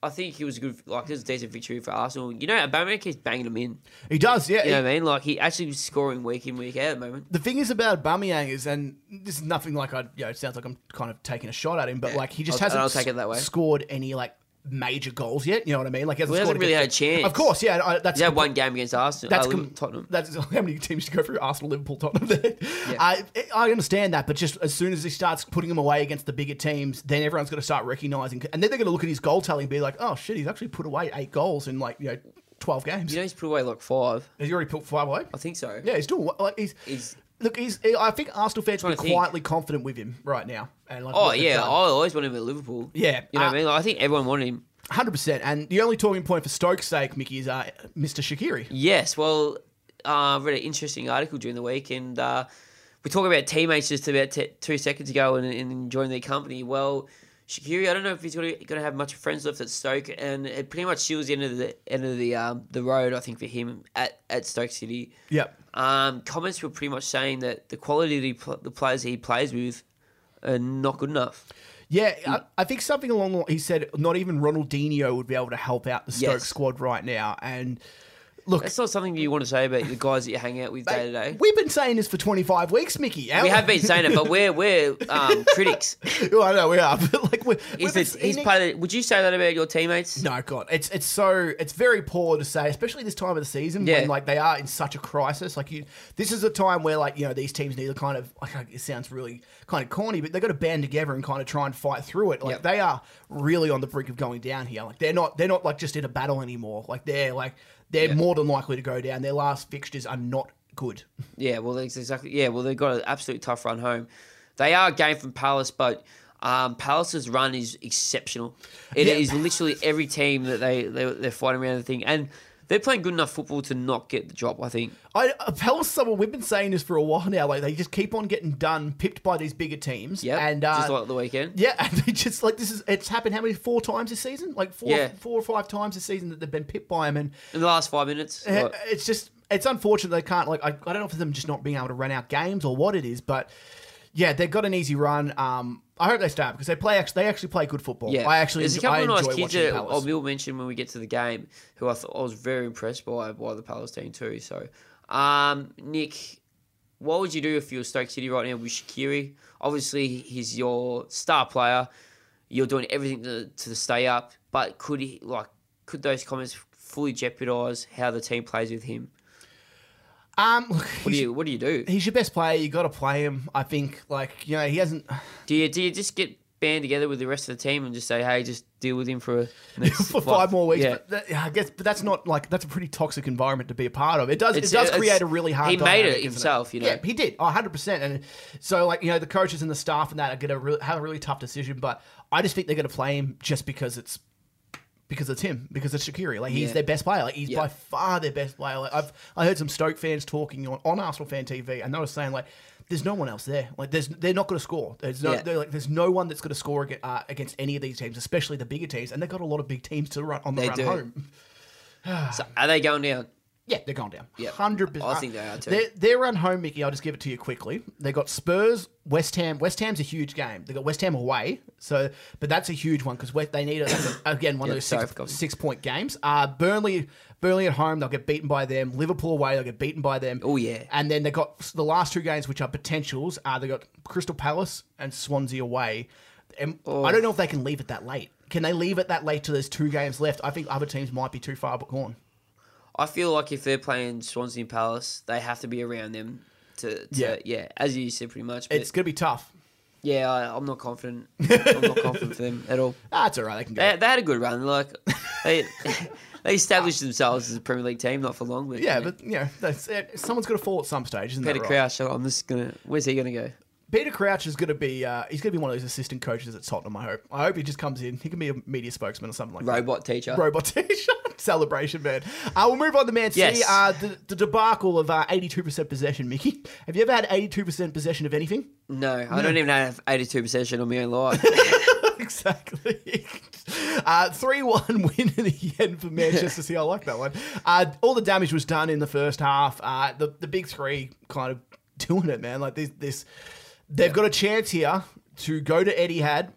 Speaker 2: I think he was a good, like, it was a decent victory for Arsenal. You know, Aubameyang keeps banging them in.
Speaker 1: He does, yeah.
Speaker 2: You know what I mean? Like he actually was scoring week in week out at the moment.
Speaker 1: the thing is about Bamiyang is, and this is nothing like I, you know, it sounds like I'm kind of taking a shot at him, but like he just
Speaker 2: I'll-
Speaker 1: hasn't
Speaker 2: I'll take it that way.
Speaker 1: scored any like major goals yet. You know what I mean? Like he hasn't,
Speaker 2: Well, he
Speaker 1: scored
Speaker 2: hasn't really had a
Speaker 1: against-
Speaker 2: chance.
Speaker 1: Of course, yeah. I, that's
Speaker 2: He's had one game against Arsenal.
Speaker 1: that's
Speaker 2: uh,
Speaker 1: com-
Speaker 2: Tottenham.
Speaker 1: That's [LAUGHS] how many teams should go through Arsenal, Liverpool, Tottenham. [LAUGHS] There,
Speaker 2: Yeah.
Speaker 1: I I understand that, but just as soon as he starts putting them away against the bigger teams, then everyone's going to start recognizing, and then they're going to look at his goal tally and be like, "Oh shit, he's actually put away eight goals in like you know twelve games.
Speaker 2: You know, he's put away like five.
Speaker 1: Has he already put five away?
Speaker 2: I think so.
Speaker 1: Yeah, he's doing what- like he's,
Speaker 2: He's-
Speaker 1: look. He's I think Arsenal fans
Speaker 2: Trying
Speaker 1: are
Speaker 2: to think.
Speaker 1: quietly confident with him right now. And like
Speaker 2: Oh
Speaker 1: what they've
Speaker 2: yeah, I
Speaker 1: done.
Speaker 2: always wanted him at Liverpool.
Speaker 1: Yeah,
Speaker 2: You know
Speaker 1: uh,
Speaker 2: what I mean? Like, I think everyone wanted him.
Speaker 1: hundred percent. And the only talking point for Stoke's sake, Mickey, is uh, Mr. Shakiri.
Speaker 2: Yes, well, uh, I read an interesting article during the week, and uh, we talk about teammates just about t- two seconds ago and, and enjoying their company. Well, Shakiri, I don't know if he's going to have much friends left at Stoke, and it pretty much shields the end of the end of the um, the road, I think, for him at, at Stoke City.
Speaker 1: Yep.
Speaker 2: Um, comments were pretty much saying that the quality of the, pl- the players he plays with are not good enough.
Speaker 1: Yeah, I, I think something along the he said not even Ronaldinho would be able to help out the Stoke
Speaker 2: Yes.
Speaker 1: squad right now. And look,
Speaker 2: That's not something you want to say about the guys that you hang out with day to day.
Speaker 1: we've been saying this for twenty five weeks, Mickey.
Speaker 2: We
Speaker 1: [LAUGHS]
Speaker 2: have been saying it, but we're we're um, critics.
Speaker 1: Oh, I know we are, but like we're,
Speaker 2: Is this, he's part of the, would you say that about your teammates?
Speaker 1: No, God, it's it's so it's very poor to say, especially this time of the season
Speaker 2: Yeah.
Speaker 1: when like they are in such a crisis. Like you, this is a time where like you know these teams need to kind of like it sounds really kind of corny, but they got to band together and kind of try and fight through it. Like
Speaker 2: Yep.
Speaker 1: they are really on the brink of going down here. Like they're not they're not like just in a battle anymore. Like they're like they're
Speaker 2: Yeah.
Speaker 1: more than likely to go down. Their last fixtures are not good.
Speaker 2: Yeah, well, that's exactly. Yeah, well, they've got an absolute tough run home. They are a game from Palace, but um, Palace's run is exceptional. It
Speaker 1: Yeah.
Speaker 2: is literally every team that they, they they're fighting around the thing, and they're playing good enough football to not get the drop. I think.
Speaker 1: I Appel someone we've been saying this for a while now. Like they just keep on getting done, pipped by these bigger teams.
Speaker 2: Yeah,
Speaker 1: and uh,
Speaker 2: just like the weekend.
Speaker 1: Yeah, [LAUGHS] and they just like this is it's happened how many four times this season? Like four,
Speaker 2: Yeah.
Speaker 1: four or five times this season that they've been pipped by him, and
Speaker 2: In the last five minutes,
Speaker 1: uh,
Speaker 2: like-
Speaker 1: it's just it's unfortunate they can't like I, I don't know if it's them just not being able to run out games or what it is, but yeah, they've got an easy run. Um, I hope they start because they play actually they actually play good football.
Speaker 2: Yeah,
Speaker 1: I actually
Speaker 2: there's a
Speaker 1: enjoy, I
Speaker 2: couple
Speaker 1: enjoy
Speaker 2: of nice kids
Speaker 1: watching
Speaker 2: that
Speaker 1: Palace.
Speaker 2: I will mention when we get to the game who I thought I was very impressed by by the Palace team too. So, um, Nick, what would you do if you were Stoke City right now with Shakiri? Obviously, he's your star player. You're doing everything to, to stay up, but could he like could those comments fully jeopardise how the team plays with him?
Speaker 1: um, look,
Speaker 2: What do
Speaker 1: he's,
Speaker 2: you What do you do?
Speaker 1: he's your best player. You got to play him. I think like you know he hasn't. [LAUGHS]
Speaker 2: Do you Do you just get band together with the rest of the team and just say, hey, just deal with him for a
Speaker 1: [LAUGHS] for five more weeks. But that, yeah, I guess, but that's not like that's a pretty toxic environment to be a part of. It does
Speaker 2: It's-
Speaker 1: it does
Speaker 2: it's-
Speaker 1: create a really hard.
Speaker 2: he made it
Speaker 1: dynamic, isn't
Speaker 2: himself, you know.
Speaker 1: Yeah, he did. Oh, 100 percent. And so like you know the coaches and the staff and that are gonna really, have a really tough decision. But I just think they're gonna play him just because it's. Because it's him, because it's Shakiri. Like he's
Speaker 2: Yeah.
Speaker 1: their best player. Like he's
Speaker 2: Yeah.
Speaker 1: by far their best player. Like I've I heard some Stoke fans talking on, on Arsenal fan TV, and they were saying like, "There's no one else there. Like there's they're not going to score. There's no
Speaker 2: Yeah.
Speaker 1: they're like there's no one that's going to score aga- uh, against any of these teams, especially the bigger teams. And they've got a lot of big teams to run on the
Speaker 2: They
Speaker 1: run
Speaker 2: do.
Speaker 1: home.
Speaker 2: So are they going down?
Speaker 1: Yeah, they're gone down.
Speaker 2: Yep.
Speaker 1: hundred percent.
Speaker 2: I think they are too.
Speaker 1: Their, their run home, Mickey. I'll just give it to you quickly. They got Spurs, West Ham. West Ham's a huge game. They got West Ham away, so but that's a huge one because they need a,
Speaker 2: [COUGHS]
Speaker 1: that's a- again one
Speaker 2: Yeah,
Speaker 1: of those
Speaker 2: sorry, I
Speaker 1: six,
Speaker 2: forgot.
Speaker 1: six point games. Uh, Burnley, Burnley at home, they'll get beaten by them. Liverpool away, they'll get beaten by them.
Speaker 2: Oh, yeah.
Speaker 1: And then they got the last two games, which are potentials. Uh, they got Crystal Palace and Swansea away. And
Speaker 2: Oh.
Speaker 1: I don't know if they can leave it that late. Can they leave it that late till there's two games left? I think other teams might be too far gone.
Speaker 2: I feel like if they're playing Swansea and Palace, they have to be around them to, to yeah.
Speaker 1: Yeah.
Speaker 2: as you said, pretty much. But
Speaker 1: It's gonna be tough.
Speaker 2: yeah, I, I'm not confident. [LAUGHS] I'm not confident for them at all.
Speaker 1: That's all right. They can go.
Speaker 2: They, they had a good run. Like they, [LAUGHS] they established themselves as a Premier League team, not for long. But
Speaker 1: yeah,
Speaker 2: you know,
Speaker 1: but you know, that's, it. someone's got to fall at some stage, isn't
Speaker 2: Peter
Speaker 1: that right?
Speaker 2: Crouch. I'm just gonna. Where's he gonna go?
Speaker 1: Peter Crouch is going to be uh, he's going to be one of those assistant coaches at Tottenham. I hope. I hope he just comes in. He can be a media spokesman or something like that.
Speaker 2: Robot teacher.
Speaker 1: Robot [LAUGHS] T-shirt celebration, man. Uh, we'll move on to Man City.
Speaker 2: Yes.
Speaker 1: Uh, the, the debacle of uh, 82% possession, Mickey. Have you ever had 82% possession of anything?
Speaker 2: no, I don't even have 82% on my own [LAUGHS] life.
Speaker 1: [LAUGHS] exactly. Uh, 3-1 [LAUGHS] win in the end for Manchester City. I like that one. Uh, all the damage was done in the first half. Uh, the, the big three kind of [LAUGHS] doing it, man. Like this, this they've got a chance here to go to Etihad.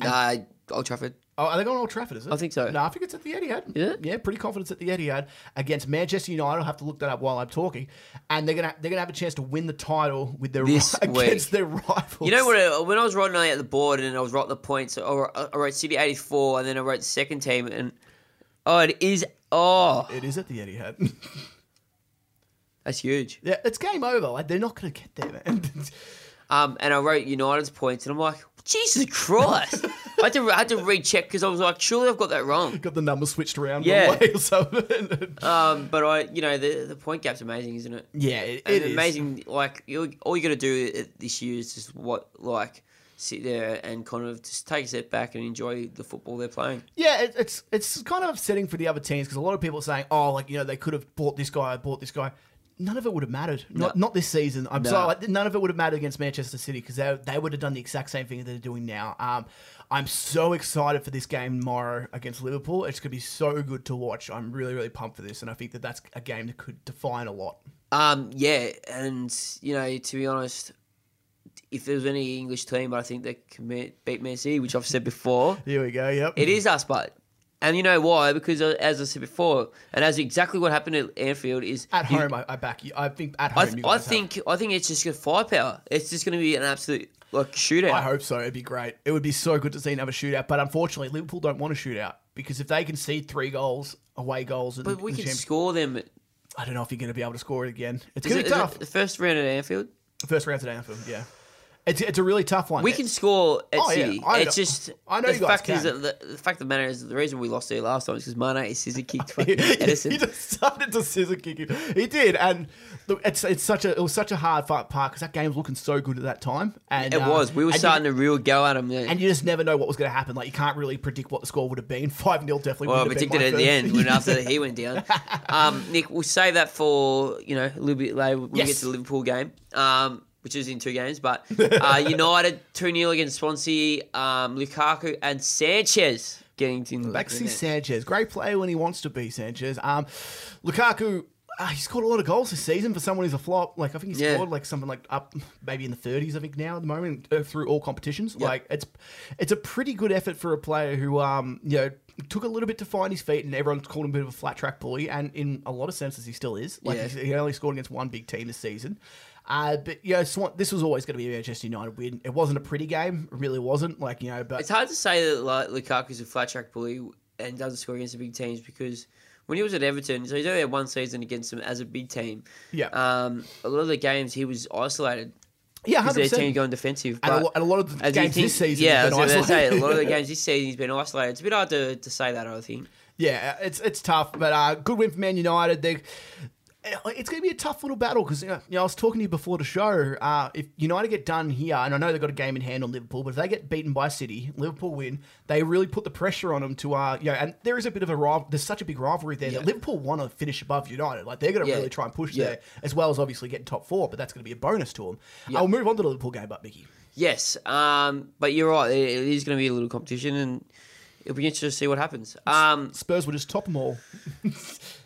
Speaker 2: uh, Old Trafford.
Speaker 1: Oh, are they going to Old Trafford? Is it?
Speaker 2: I think so.
Speaker 1: No, I think it's at the Etihad.
Speaker 2: Is it?
Speaker 1: Yeah, pretty confident it's at the Etihad against Manchester United. I'll have to look that up while I'm talking. And they're gonna they're gonna have a chance to win the title with their
Speaker 2: This
Speaker 1: [LAUGHS] against
Speaker 2: week.
Speaker 1: their rivals.
Speaker 2: You know what? uh, When I was writing out the board and I was writing the points, I wrote- I wrote City 84 and then I wrote the second team and oh, it is oh,
Speaker 1: It is at the Etihad. [LAUGHS]
Speaker 2: that's huge.
Speaker 1: yeah, it's game over. Like they're not gonna get there, man. [LAUGHS]
Speaker 2: Um, and I wrote United's points and I'm like, Jesus
Speaker 1: [LAUGHS]
Speaker 2: Christ! I had to I had to recheck because I was like, surely I've got that wrong.
Speaker 1: Got the numbers switched around.
Speaker 2: Yeah.
Speaker 1: One way or something. [LAUGHS]
Speaker 2: Um, but I, you know, the the point gap's amazing, isn't it?
Speaker 1: yeah, it,
Speaker 2: And
Speaker 1: it is.
Speaker 2: amazing. Like you, all you got to do i- this year is just what like sit there and kind of just take a step back and enjoy the football they're playing.
Speaker 1: Yeah, it, it's it's kind of upsetting for the other teams because a lot of people are saying, oh, like you know they could have bought this guy, bought this guy. None of it would have mattered. Not not this season. I'm
Speaker 2: No.
Speaker 1: sorry, like, none of it would have mattered against Manchester City because they they would have done the exact same thing that they're doing now. Um, I'm so excited for this game tomorrow against Liverpool. It's gonna be so good to watch. I'm really really pumped for this, and I think that that's a game that could define a lot.
Speaker 2: Um, yeah, and you know, to be honest, if there's any English team, I think they can ma- beat Man City, which I've said before.
Speaker 1: Here we go. Yep.
Speaker 2: It is us, but and you know why? Because uh, as I said before, and as exactly what happened at Anfield is
Speaker 1: At
Speaker 2: you-
Speaker 1: home, I, I back you. I think at home.
Speaker 2: I,
Speaker 1: you
Speaker 2: I
Speaker 1: guys have-
Speaker 2: think I think it's just a firepower. It's just going to be an absolute like shootout.
Speaker 1: I hope so. It'd be great. It would be so good to see another shootout. But unfortunately, Liverpool don't want a shootout because if they concede three goals, away goals, and
Speaker 2: but we
Speaker 1: in the
Speaker 2: can
Speaker 1: Champions-
Speaker 2: score them. Is
Speaker 1: I don't know if you're going to be able to score it again. It's
Speaker 2: it-
Speaker 1: going
Speaker 2: is
Speaker 1: to
Speaker 2: it
Speaker 1: be tough.
Speaker 2: the first round at Anfield,
Speaker 1: First round at Anfield, yeah. It's, it's a really tough one. [LAUGHS]
Speaker 2: we can score at
Speaker 1: Oh, yeah,
Speaker 2: City.
Speaker 1: I
Speaker 2: it's
Speaker 1: know-
Speaker 2: just
Speaker 1: I know
Speaker 2: the
Speaker 1: you guys
Speaker 2: fact is
Speaker 1: can.
Speaker 2: that the, the fact of the matter is the reason we lost there last time is because Mane is
Speaker 1: [LAUGHS]
Speaker 2: scissor kicked
Speaker 1: he
Speaker 2: fucking Edison.
Speaker 1: just started to scissor kick him. He did, and look, it's it's such a it was such a hard fight part because that game was looking so good at that time. And
Speaker 2: It
Speaker 1: uh,
Speaker 2: was. We were
Speaker 1: and you-
Speaker 2: starting to real go at him. Then.
Speaker 1: and you just never know what was going to happen. Like you can't really predict what the score would have been. [LAUGHS] Five 0 definitely.
Speaker 2: well, I
Speaker 1: wouldn't have
Speaker 2: predicted it
Speaker 1: been
Speaker 2: at the
Speaker 1: my
Speaker 2: end
Speaker 1: first-
Speaker 2: when
Speaker 1: [LAUGHS]
Speaker 2: after he went down. Um, Nick, we'll save that for you know a little bit later when we
Speaker 1: Yes.
Speaker 2: get to the Liverpool game, um, which is in two games.
Speaker 1: [LAUGHS]
Speaker 2: But uh, United two 0 against Swansea, um, Lukaku and Sanchez getting in the back of the
Speaker 1: Alexis
Speaker 2: net.
Speaker 1: Sanchez, great player when he wants to be. Sanchez, um, Lukaku, uh, he's scored a lot of goals this season for someone who's a flop. Like I think he's
Speaker 2: Yeah.
Speaker 1: scored like something like up maybe in the thirties. I think now at the moment uh, through all competitions. Like it's it's a pretty good effort for a player who um you know took a little bit to find his feet, and everyone's called him a bit of a flat track bully, and in a lot of senses he still is. Like
Speaker 2: Yeah.
Speaker 1: he's- he only scored against one big team this season. Uh, but you know, Swan, this was always going to be a Manchester United win. It wasn't a pretty game, it really wasn't. Like you know, but
Speaker 2: It's hard to say that like Lukaku's a flat track bully and doesn't score against the big teams because when he was at Everton, so he's only had one season against them as a big team.
Speaker 1: Yeah.
Speaker 2: Um, a lot of the games he was isolated
Speaker 1: yeah, hundred
Speaker 2: because their team
Speaker 1: percent.
Speaker 2: going defensive.
Speaker 1: And a,
Speaker 2: but-
Speaker 1: lo- and a lot of the
Speaker 2: As
Speaker 1: games
Speaker 2: you think,
Speaker 1: this season,
Speaker 2: yeah,
Speaker 1: yeah,
Speaker 2: I was gonna say a lot of the
Speaker 1: games.
Speaker 2: games this season he's been isolated. It's a bit hard to, to say that. I think.
Speaker 1: [LAUGHS] yeah, it's it's tough, but uh, good win for Man United. They, it's going to be a tough little battle because you, know, you know, I was talking to you before the show. Uh, if United get done here, and I know they've got a game in hand on Liverpool, but if they get beaten by City, Liverpool win, they really put the pressure on them to uh, you know, and there is a bit of a rival. There's such a big rivalry there that
Speaker 2: Yeah.
Speaker 1: Liverpool want to finish above United. Like they're going to
Speaker 2: Yeah.
Speaker 1: really try and push
Speaker 2: Yeah.
Speaker 1: there, as well as obviously getting top four. But that's going to be a bonus to them. I'll move on to the Liverpool game, but Mickey.
Speaker 2: Yes, um, but you're right. It, it is going to be a little competition, and it'll be interesting to see what happens. Um,
Speaker 1: Spurs will just top them all.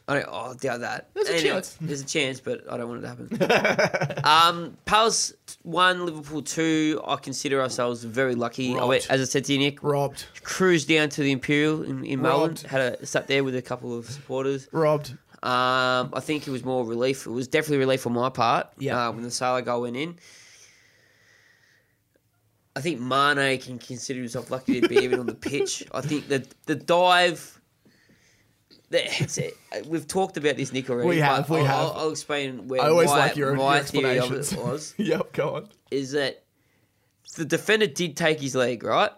Speaker 2: I don't. Oh, I doubt that.
Speaker 1: There's a chance. [LAUGHS]
Speaker 2: There's a chance, but I don't want it to happen. um, Palace one, Liverpool two. I consider ourselves very lucky. I went,
Speaker 1: Right.
Speaker 2: as I said to you, Nick,
Speaker 1: Robbed,
Speaker 2: cruised down to the Imperial in, in Melbourne.
Speaker 1: Robbed.
Speaker 2: Had a sat there with a couple of supporters.
Speaker 1: robbed.
Speaker 2: Um, I think it was more relief. It was definitely relief on my part.
Speaker 1: Yeah.
Speaker 2: Uh, when the Salah goal went in, I think Mane can consider himself
Speaker 1: [LAUGHS]
Speaker 2: lucky to be even on the pitch. I think the the dive. That's it. We've talked about this, Nick. Already.
Speaker 1: We have,
Speaker 2: but
Speaker 1: we
Speaker 2: I'll,
Speaker 1: have.
Speaker 2: I'll, I'll explain where
Speaker 1: I always
Speaker 2: my,
Speaker 1: like your,
Speaker 2: my
Speaker 1: your
Speaker 2: theory of
Speaker 1: explanations.
Speaker 2: it was
Speaker 1: [LAUGHS] yep, go on.
Speaker 2: is that the defender did take his leg, right?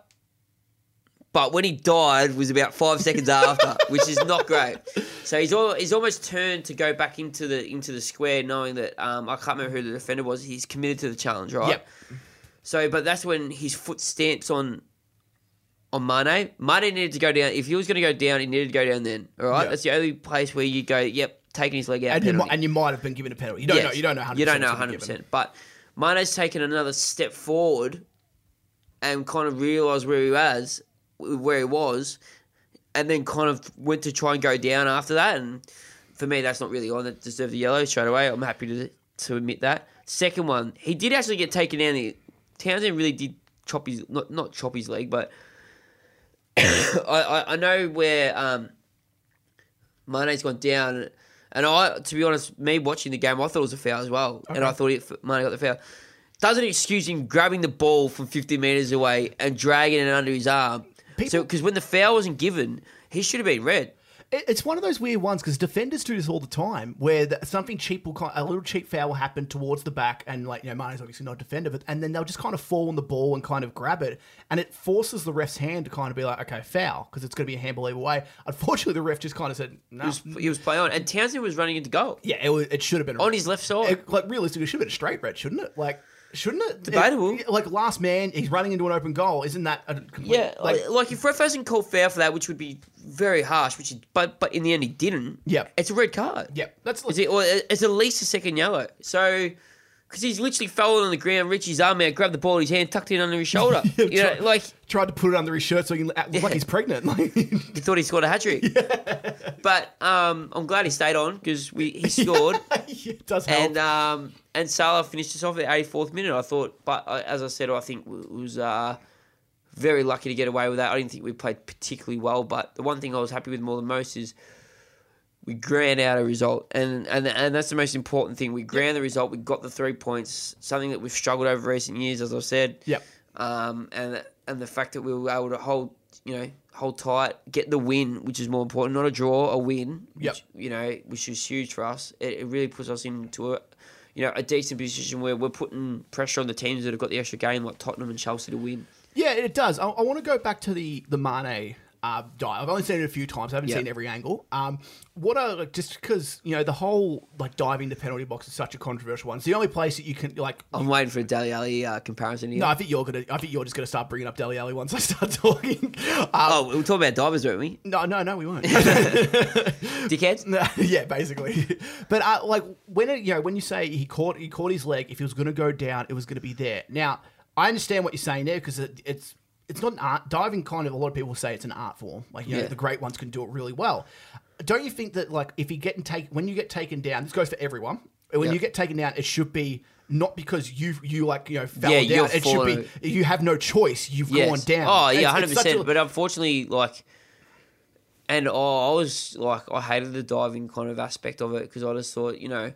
Speaker 2: But when he died was about five
Speaker 1: [LAUGHS]
Speaker 2: seconds after, which is not great. So he's all, he's almost turned to go back into the into the square, knowing that um, I can't remember who the defender was. He's committed to the challenge, right?
Speaker 1: Yep.
Speaker 2: So, but that's when his foot stamps on on Mane. Mane needed to go down. If he was going to go down, he needed to go down then. All right,
Speaker 1: Yeah.
Speaker 2: that's the only place where you go. Yep, taking his leg out.
Speaker 1: And you,
Speaker 2: penalty.
Speaker 1: might, and you might have been given a penalty. You don't know.
Speaker 2: Yes.
Speaker 1: You don't know. 100
Speaker 2: You don't know 100. percent But Mane's taken another step forward and kind of realised where he was, where he was, and then kind of went to try and go down after that. And for me, that's not really on. That deserved the yellow straight away. I'm happy to to admit that. Second one, he did actually get taken down. The Townsend really did chop his not not chop his leg, but [COUGHS] I, I I know where um Mane's gone down, and I, to be honest, me watching the game, I thought it was a foul as well, and I thought it, Mane got the foul. Doesn't excuse him grabbing the ball from 50 metres away and dragging it under his arm. so,
Speaker 1: People-
Speaker 2: because when the foul wasn't given, he should have been red.
Speaker 1: It- It's one of those weird ones because defenders do this all the time, where the, something cheap will kind, a little cheap foul will happen towards the back, and like you know, Mane's obviously not a defender, but and then they'll just kind of fall on the ball and kind of grab it, and it forces the ref's hand to kind of be like, okay, foul, because it's going to be a handball either way. Unfortunately, the ref just kind of said, no,
Speaker 2: He was, he was playing on, and Townsend was running into goal
Speaker 1: yeah, it, wa- it should have been a
Speaker 2: on his left side.
Speaker 1: it, like realistically, it should have been a straight red, shouldn't it? Like, shouldn't it?
Speaker 2: Debatable.
Speaker 1: It- like last man, he's running into an open goal. Isn't that a complete,
Speaker 2: yeah,
Speaker 1: Like,
Speaker 2: like, if ref hasn't called foul for that, which would be very harsh, which he, but but in the end he didn't.
Speaker 1: Yeah.
Speaker 2: it's a red card.
Speaker 1: yeah, that's
Speaker 2: Is it, or uh, it's at least a second yellow. So, because he's literally fallen on the ground, Richie's arm out, grabbed the ball in his hand, tucked it
Speaker 1: [LAUGHS]
Speaker 2: under his shoulder. you know,
Speaker 1: try-
Speaker 2: like
Speaker 1: tried to put it under his shirt so he can act- look like he's pregnant. [LAUGHS] Like,
Speaker 2: he thought he scored a hat
Speaker 1: [LAUGHS]
Speaker 2: trick. But um, I'm glad he stayed on because
Speaker 1: [LAUGHS]
Speaker 2: we he scored,
Speaker 1: it does help.
Speaker 2: and um, and Salah finished us off at the 84th minute. I thought, but uh, as I said, I think it was. Uh, very lucky to get away with that. I didn't think we played particularly well, but the one thing I was happy with more than most is we ground out a result, and and and that's the most important thing. We ground the result. We got the three points, something that we've struggled over recent years, as I said.
Speaker 1: Yep.
Speaker 2: Um, and and the fact that we were able to hold, you know, hold tight, get the win, which is more important, not a draw, a win.
Speaker 1: Yep.
Speaker 2: Which, you know, which is huge for us. It, it really puts us into a. You know, a decent position where we're putting pressure on the teams that have got the extra game, like Tottenham and Chelsea, to win.
Speaker 1: Yeah, it does. I, I want to go back to the the Mane uh, dive. I've only seen it a few times. I haven't
Speaker 2: Yeah.
Speaker 1: seen every angle. Um, what I like, just because you know the whole like diving the penalty box is such a controversial one. It's the only place that you can like. oh,
Speaker 2: I'm waiting for a Deli Alley uh, comparison here.
Speaker 1: No, I think you're gonna. I think you're just gonna start bringing up Deli Alley once I start [LAUGHS] talking. Um,
Speaker 2: Oh, we were talking about divers,
Speaker 1: [LAUGHS]
Speaker 2: weren't we?
Speaker 1: no, no, no, we
Speaker 2: [LAUGHS]
Speaker 1: won't.
Speaker 2: Dickheads?
Speaker 1: No, yeah, basically. But uh, like when it, you know when you say he caught he caught his leg, if he was going to go down, it was going to be there. Now I understand what you're saying there because it, it's it's not an art diving. Kind of a lot of people say it's an art form. Like you know
Speaker 2: Yeah.
Speaker 1: the great ones can do it really well. Don't you think that like if you get and take when you get taken down, this goes for everyone. When
Speaker 2: Yeah.
Speaker 1: you get taken down, it should be not because you you like you know fell
Speaker 2: Yeah, you're
Speaker 1: down. It should
Speaker 2: falling.
Speaker 1: be you have no choice. You've gone
Speaker 2: Yes.
Speaker 1: down.
Speaker 2: Oh,
Speaker 1: It's-
Speaker 2: yeah,
Speaker 1: it's
Speaker 2: 100%.
Speaker 1: such a-
Speaker 2: but unfortunately, like, and oh, I was like, I hated the diving kind of aspect of it because I just thought, you know,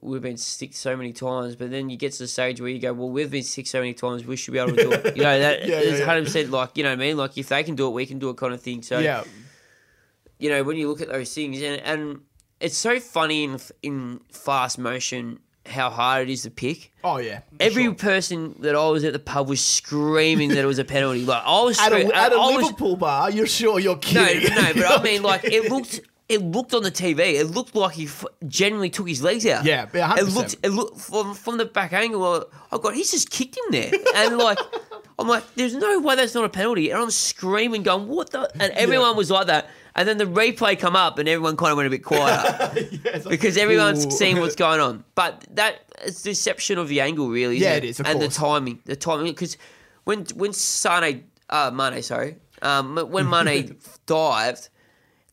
Speaker 2: we've been sticked so many times, but then you get to the stage where you go, well, we've been sticked so many times, we should be able to do it. You know, that
Speaker 1: [LAUGHS] Yeah, yeah,
Speaker 2: is
Speaker 1: yeah.
Speaker 2: 100% like, you know what I mean? Like, if they can do it, we can do it kind of thing. So,
Speaker 1: yeah,
Speaker 2: you know, when you look at those things, and, and it's so funny in, in fast motion how hard it is to pick.
Speaker 1: oh yeah. for
Speaker 2: Every
Speaker 1: sure.
Speaker 2: person that I was at the pub was screaming that it was a penalty. Like I
Speaker 1: [LAUGHS]
Speaker 2: was,
Speaker 1: at
Speaker 2: scre-
Speaker 1: a, at a
Speaker 2: uh, I- I was-
Speaker 1: Liverpool bar, you're sure you're
Speaker 2: [LAUGHS] no,
Speaker 1: kidding? [LAUGHS]
Speaker 2: no, but I mean, like it looked, it looked on the TV. It looked like he f- generally took his legs out.
Speaker 1: Yeah, yeah,
Speaker 2: it
Speaker 1: 100%.
Speaker 2: looked, it looked from from the back angle. I got he's just kicked him there, and like. [LAUGHS] I'm like, there's no way that's not a penalty, and I'm screaming, going, "What the?" And everyone was like that, and then the replay come up, and everyone kind of went a bit quieter.
Speaker 1: [LAUGHS] Yes.
Speaker 2: because everyone's
Speaker 1: Ooh. [LAUGHS]
Speaker 2: seeing what's going on. But that it's deception of the angle, really. Isn't
Speaker 1: Yeah,
Speaker 2: it
Speaker 1: it is, of
Speaker 2: and
Speaker 1: course.
Speaker 2: the timing, the timing, because when when Sane, uh, Mane, sorry, um,
Speaker 1: [LAUGHS]
Speaker 2: when Mane dived,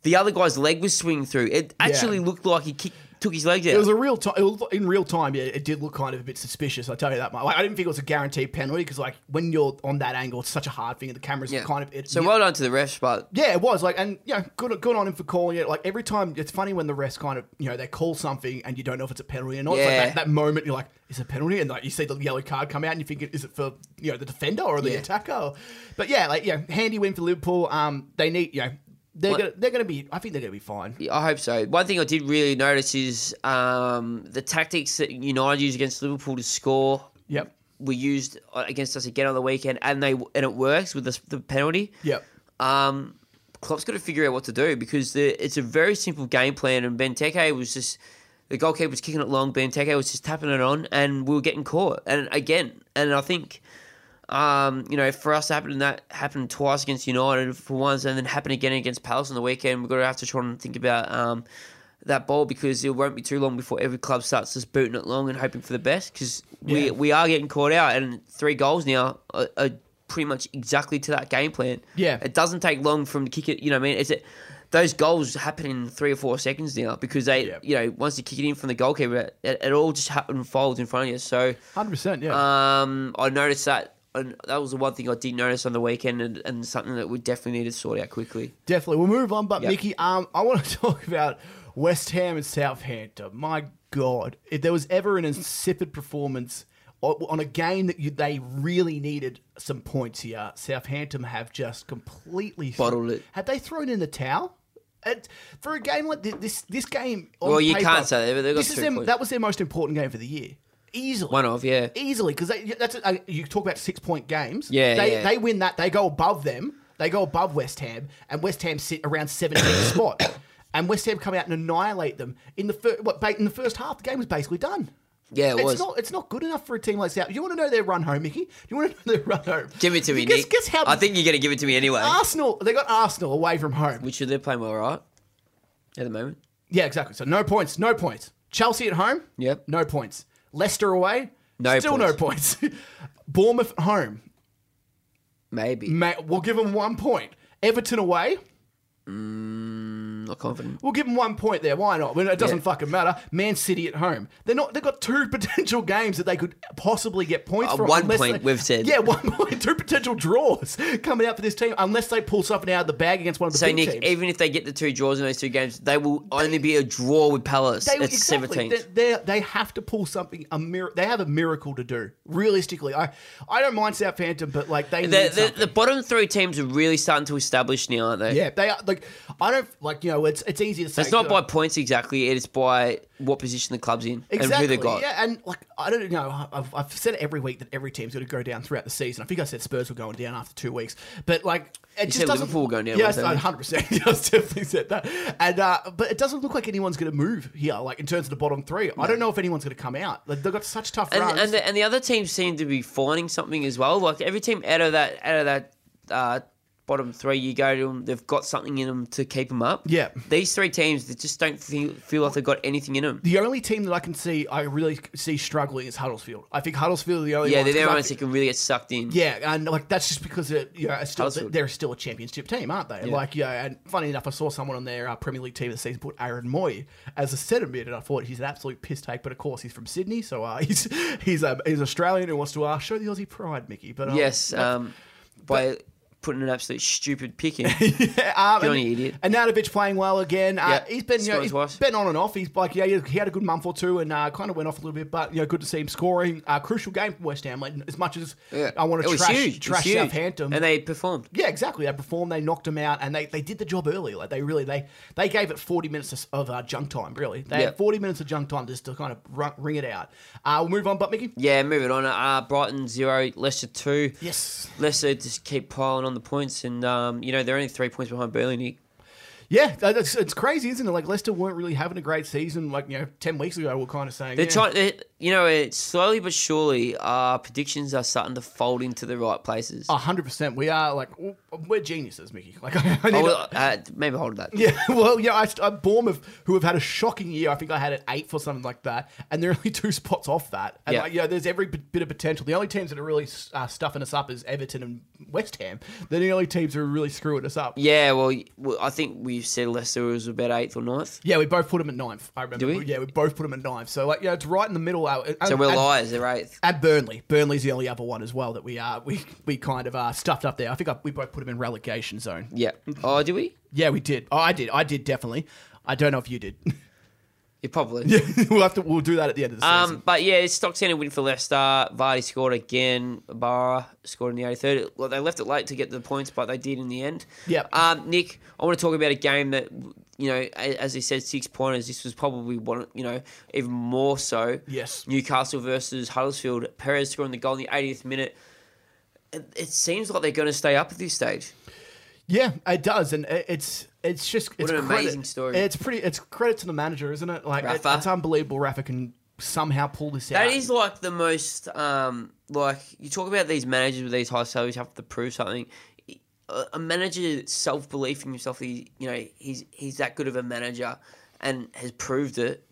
Speaker 2: the other guy's leg was swinging through. It actually looked like he kicked, took his legs out.
Speaker 1: It was a real time. In real time, yeah, it did look kind of a bit suspicious. I tell you that much. Like, I didn't think it was a guaranteed penalty because, like, when you're on that angle, it's such a hard thing, and the cameras
Speaker 2: yeah.
Speaker 1: kind of. It,
Speaker 2: so
Speaker 1: you-
Speaker 2: well done to the refs, but
Speaker 1: yeah, it was like, and yeah, good, good on him for calling it. Like every time, it's funny when the refs kind of, you know, they call something and you don't know if it's a penalty or not. It's
Speaker 2: Yeah.
Speaker 1: like that, that moment you're like, is it a penalty? And like you see the yellow card come out and you think, is it for you know the defender or the
Speaker 2: Yeah.
Speaker 1: attacker? But yeah, like yeah, handy win for Liverpool. Um, they need you know they're
Speaker 2: What-
Speaker 1: gonna they're gonna be. I think they're gonna be fine.
Speaker 2: I hope so. One thing I did really notice is um, the tactics that United used against Liverpool to score.
Speaker 1: Yep.
Speaker 2: Were used uh, against us again on the weekend, and they and it works with the, the penalty.
Speaker 1: Yep.
Speaker 2: um, Klopp's got to figure out what to do because the, it's a very simple game plan. And Benteke was just the goalkeeper was kicking it long. Benteke was just tapping it on, and we were getting caught. And again, and I think um, you know for us to happen that happened twice against United for once, and then happen again against Palace on the weekend. We're going to have to try and think about. Um, that ball because it won't be too long before every club starts just booting it long and hoping for the best because we,
Speaker 1: Yeah.
Speaker 2: we are getting caught out and three goals now are, are pretty much exactly to that game plan.
Speaker 1: Yeah.
Speaker 2: it doesn't take long from the kick it. You know, what I mean, it's it. Those goals happen in three or four seconds now because they,
Speaker 1: Yeah.
Speaker 2: you know, once you kick it in from the goalkeeper, it, it all just ha- unfolds in front of you. So,
Speaker 1: Hundred percent. Yeah.
Speaker 2: um, I noticed that. And that was the one thing I did notice on the weekend, and, and something that we definitely need to sort out quickly.
Speaker 1: Definitely. We'll move on. But,
Speaker 2: Yep.
Speaker 1: Mickey, um, I want to [LAUGHS] talk about West Ham and Southampton. My God. If there was ever an insipid performance o- on a game that you, they really needed some points here, Southampton have just completely
Speaker 2: Bottled it.
Speaker 1: Have they thrown in the towel? It, for a game like thi- this, this game. On
Speaker 2: Well, you
Speaker 1: paper-
Speaker 2: can't say that, but they've got
Speaker 1: this is
Speaker 2: three
Speaker 1: them-
Speaker 2: points.
Speaker 1: That was their most important game for the year. Easily
Speaker 2: One of, yeah.
Speaker 1: easily because that's uh, you talk about six point games.
Speaker 2: Yeah,
Speaker 1: they
Speaker 2: yeah.
Speaker 1: they win that. They go above them. They go above West Ham, and West Ham sit around 17th
Speaker 2: [COUGHS]
Speaker 1: spot. And West Ham come out and annihilate them in the fir- what ba- in the first half. The game was basically done.
Speaker 2: Yeah, it
Speaker 1: it's
Speaker 2: was.
Speaker 1: Not, it's not good enough for a team like South. You want to know their run home, Mickey? You want to know their run home?
Speaker 2: Give it to me,
Speaker 1: guess,
Speaker 2: Nick.
Speaker 1: Guess how? Ah.
Speaker 2: I think you're going to give it to me anyway.
Speaker 1: [LAUGHS] Arsenal. They got Arsenal away from home.
Speaker 2: Which they're playing well, right? At the moment.
Speaker 1: Yeah, exactly. So no points, no points. Chelsea at home,
Speaker 2: Yep.
Speaker 1: no points. Leicester away,
Speaker 2: No
Speaker 1: still no points. [LAUGHS] Bournemouth at home,
Speaker 2: Maybe.
Speaker 1: Ma we'll give them one point. Everton away,
Speaker 2: I'm not confident.
Speaker 1: we'll give them one point there. Why not? Well, It doesn't
Speaker 2: Yeah.
Speaker 1: fucking matter. Man City at home. They're not. They've got two [LAUGHS] potential games that they could possibly get points
Speaker 2: Uh,
Speaker 1: from.
Speaker 2: one
Speaker 1: unless
Speaker 2: point,
Speaker 1: they-
Speaker 2: we've said.
Speaker 1: Yeah, one [LAUGHS] point. Two potential draws coming out for this team unless they pull something out of the bag against one of the
Speaker 2: So,
Speaker 1: big
Speaker 2: Nick,
Speaker 1: teams.
Speaker 2: even if they get the two draws in those two games, they will only be a draw with Palace.
Speaker 1: they,
Speaker 2: it's
Speaker 1: exactly.
Speaker 2: 17th.
Speaker 1: They, they, they have to pull something. A mir- They have a miracle to do. Realistically, I I don't mind Southampton, but like they need
Speaker 2: the,
Speaker 1: something.
Speaker 2: the, the bottom three teams are really starting to establish now, aren't they?
Speaker 1: yeah, they are like I don't like you know it's it's easy to say.
Speaker 2: It's not
Speaker 1: uh,
Speaker 2: by points exactly, it's by what position the club's in and who
Speaker 1: Exactly.
Speaker 2: they got.
Speaker 1: Yeah, and like I don't know, I've, I've said it every week that every team's going to go down throughout the season. I think I said Spurs were going down after two weeks, but like it just
Speaker 2: said
Speaker 1: doesn't.
Speaker 2: Liverpool were going down,
Speaker 1: Yes,
Speaker 2: wasn't it?
Speaker 1: one hundred percent. [LAUGHS] Yes, definitely said that. And uh, but it doesn't look like anyone's going to move here. Like in terms of the bottom three, I don't know if anyone's going to come out. Like, they've got such tough
Speaker 2: and
Speaker 1: runs.
Speaker 2: and the, and the other teams seem to be finding something as well. Like every team out of that out of that uh, bottom three, you go to them, they've got something in them to keep them up.
Speaker 1: Yeah.
Speaker 2: these three teams they just don't feel, feel like they've got anything in them.
Speaker 1: the only team that I can see, I really see struggling is Huddersfield. I think Huddersfield are the only
Speaker 2: Yeah,
Speaker 1: ones,
Speaker 2: they're the
Speaker 1: 'cause I
Speaker 2: ones
Speaker 1: think-
Speaker 2: that can really get sucked in.
Speaker 1: Yeah, and like that's just because it, you know, it's still,
Speaker 2: Huddersfield.
Speaker 1: they're still a championship team, aren't they?
Speaker 2: Yeah.
Speaker 1: Like, yeah, and funny enough, I saw someone on their uh, Premier League team this season put Aaron Moy as a centre mid, and I thought he's an absolute piss take. But of course, he's from Sydney, so uh, [LAUGHS] he's he's um, he's Australian who wants to uh, show the Aussie pride, Mickey. But um,
Speaker 2: Yes, um, by putting an absolute stupid pick in.
Speaker 1: [LAUGHS] yeah, [LAUGHS] um,
Speaker 2: You're
Speaker 1: and,
Speaker 2: an idiot.
Speaker 1: Anatovich playing well again. Uh,
Speaker 2: Yep.
Speaker 1: He's been you know,
Speaker 2: Scored
Speaker 1: he's
Speaker 2: twice.
Speaker 1: been on and off. He's like yeah, he he had a good month or two and uh, kind of went off a little bit, but you know, good to see him scoring. Uh, crucial game for West Ham. Like, as much as I want
Speaker 2: It
Speaker 1: to
Speaker 2: was
Speaker 1: trash
Speaker 2: huge. It was
Speaker 1: trash
Speaker 2: huge.
Speaker 1: Southampton,
Speaker 2: and they performed.
Speaker 1: Yeah, exactly. They performed, they knocked them out, and they, they did the job early. Like they really they they gave it forty minutes of, of uh, junk time. Really, they
Speaker 2: Yeah.
Speaker 1: had forty minutes of junk time just to kind of run, ring it out. Uh, we'll move on, but Mickey.
Speaker 2: Yeah, moving on. Uh, Brighton zero, Leicester two.
Speaker 1: Yes.
Speaker 2: Leicester just keep piling on the points, and um, you know they're only three points behind Burnley. Nick.
Speaker 1: Yeah, that- it's, it's crazy, isn't it? Like Leicester weren't really having a great season. Like you know, ten weeks ago, we are kind of saying
Speaker 2: They're
Speaker 1: yeah.
Speaker 2: trying. They're, you know, it's slowly but surely, our predictions are starting to fold into the right places.
Speaker 1: A hundred percent. We are like w- we're geniuses, Mickey. Like [LAUGHS] I, I need
Speaker 2: Oh,
Speaker 1: to-
Speaker 2: well, uh, maybe hold that.
Speaker 1: Yeah, [LAUGHS] well, yeah, I, I'm Bournemouth, who have had a shocking year. I think I had an eighth or something like that, and they're [LAUGHS] only two spots off that. And
Speaker 2: Yeah.
Speaker 1: like, you know, there's every bit bit of potential. The only teams that are really uh, stuffing us up is Everton and West Ham. They're the only teams who are really screwing us up.
Speaker 2: Yeah, well, y- well, I think we said Leicester was about eighth or ninth.
Speaker 1: Yeah, we both put them at ninth. I remember.
Speaker 2: Do we?
Speaker 1: Yeah, we both put them at ninth. So like, yeah, it's right in the middle. Uh, and,
Speaker 2: So we're
Speaker 1: and-
Speaker 2: liars. They're eighth.
Speaker 1: and Burnley. Burnley's the only other one as well that we uh, we we kind of uh, stuffed up there. I think I, we both put them in relegation zone.
Speaker 2: Yeah. Oh, do we?
Speaker 1: Yeah, we did. Oh, I did. I did definitely. I don't know if you did. [LAUGHS]
Speaker 2: Yeah, probably.
Speaker 1: we'll have to. We'll do that at the end of the season.
Speaker 2: Um, but yeah, it's Stockton and win for Leicester. Vardy scored again. Barra scored in the 83rd. Well, they left it late to get the points, but they did in the end.
Speaker 1: Yep.
Speaker 2: Um, Nick, I want to talk about a game that, you know, a- as he said, six pointers. This was probably one, you know, even more so.
Speaker 1: Yes.
Speaker 2: Newcastle versus Huddersfield. Perez scoring the goal in the 80th minute. It, it seems like they're going to stay up at this stage.
Speaker 1: Yeah, it does, and it- it's it's just it's
Speaker 2: an
Speaker 1: credit-
Speaker 2: amazing story.
Speaker 1: It's pretty. It's credit to the manager, isn't it? Like it-
Speaker 2: Rafa.
Speaker 1: it's unbelievable. Rafa can somehow pull this out.
Speaker 2: That is like the most um, like you talk about these managers with these high salaries have to prove something. A a manager self belief in himself, he, you know, he's he's that good of a manager, and has proved it.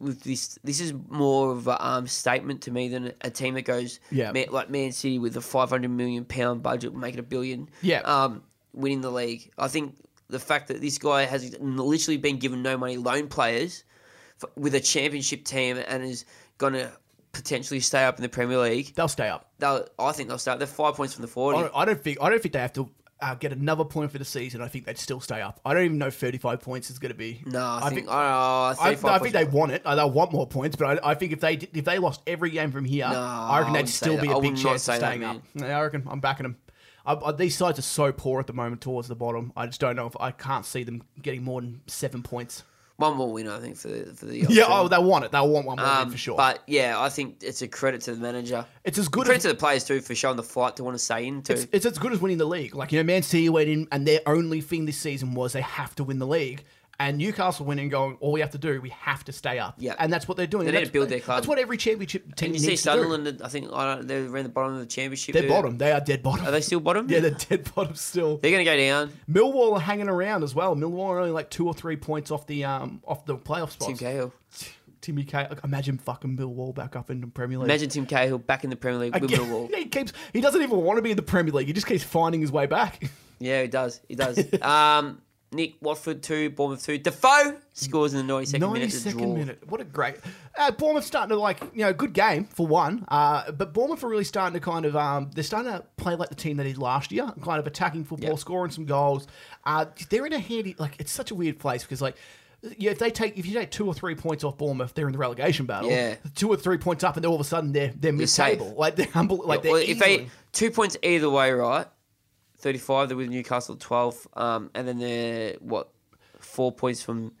Speaker 2: With this, this is more of a um, statement to me than a team that goes,
Speaker 1: Yeah.
Speaker 2: Man- like Man City with a five hundred million pound budget, making a billion,
Speaker 1: Yeah.
Speaker 2: um, winning the league. I think the fact that this guy has literally been given no money, loan players, f- with a championship team and is going to potentially stay up in the Premier League.
Speaker 1: They'll stay up.
Speaker 2: They'll, I think they'll start. They're five points from
Speaker 1: I
Speaker 2: the 40.
Speaker 1: don't, I don't think I don't think they have to uh, get another point for the season. I think they'd still stay up. I don't even know if 35 points is going to be.
Speaker 2: no, I, think,
Speaker 1: think.
Speaker 2: oh, I,
Speaker 1: I,
Speaker 2: think
Speaker 1: no, I think they want it. Uh, They'll want more points, but I, I think if they did- if they lost every game from here, I reckon they'd
Speaker 2: I wouldn't say
Speaker 1: still
Speaker 2: that.
Speaker 1: be
Speaker 2: I
Speaker 1: a
Speaker 2: would
Speaker 1: big
Speaker 2: not
Speaker 1: chance of
Speaker 2: say that,
Speaker 1: staying up. Yeah, I reckon I'm backing them. I, I, these sides are so poor at the moment towards the bottom. I just don't know if I can't see them getting more than seven points.
Speaker 2: one more win. I think for the for the
Speaker 1: Yeah,
Speaker 2: option.
Speaker 1: oh, they'll want it. They'll want one more win
Speaker 2: Um,
Speaker 1: for sure.
Speaker 2: But yeah, I think it's a credit to the manager.
Speaker 1: it's as good
Speaker 2: Credit
Speaker 1: as
Speaker 2: to the players too for showing the fight to want to stay in too.
Speaker 1: it's, it's as good as winning the league. Like you know, Man City went in, and their only thing this season was they have to win the league. And Newcastle went in, going, all we have to do, we have to stay up.
Speaker 2: Yeah.
Speaker 1: and that's what they're doing.
Speaker 2: They
Speaker 1: And
Speaker 2: need
Speaker 1: that's-
Speaker 2: to build their club.
Speaker 1: That's what every championship team
Speaker 2: And you
Speaker 1: needs
Speaker 2: see
Speaker 1: to do.
Speaker 2: Sunderland. I think I don't, they're around the bottom of the championship.
Speaker 1: They're bottom. They are dead bottom.
Speaker 2: Are they still
Speaker 1: [LAUGHS]
Speaker 2: bottom?
Speaker 1: yeah, they're dead bottom still.
Speaker 2: They're going to go down.
Speaker 1: Millwall are hanging around as well. Millwall are only like two or three points off the um off the playoff spots.
Speaker 2: Tim Cahill.
Speaker 1: Timmy K. Imagine fucking Millwall back up in the Premier League.
Speaker 2: Imagine Tim Cahill back in the Premier League with
Speaker 1: Yeah, [LAUGHS]
Speaker 2: Millwall.
Speaker 1: he keeps. He doesn't even want to be in the Premier League. He just keeps finding his way back. [LAUGHS]
Speaker 2: Yeah, he does. He does. um, Nick Watford two, Bournemouth two. Defoe scores in the ninety second minute. to draw.
Speaker 1: 92nd minute. What a great. Uh, Bournemouth starting to like you know good game for one, uh, but Bournemouth are really starting to kind of um, they're starting to play like the team they did last year, kind of attacking football,
Speaker 2: Yeah.
Speaker 1: scoring some goals. Uh, they're in a handy like it's such a weird place because like. Yeah, if they take if you take two or three points off Bournemouth, they're in the relegation battle.
Speaker 2: Yeah.
Speaker 1: two or three points up, and they're all of a sudden they're they're mid
Speaker 2: safe.
Speaker 1: table, like they're humble, like they're
Speaker 2: Well, if they
Speaker 1: easily-
Speaker 2: two points either way, right? Thirty five. They're with Newcastle at twelve. Um, and then they're what four points from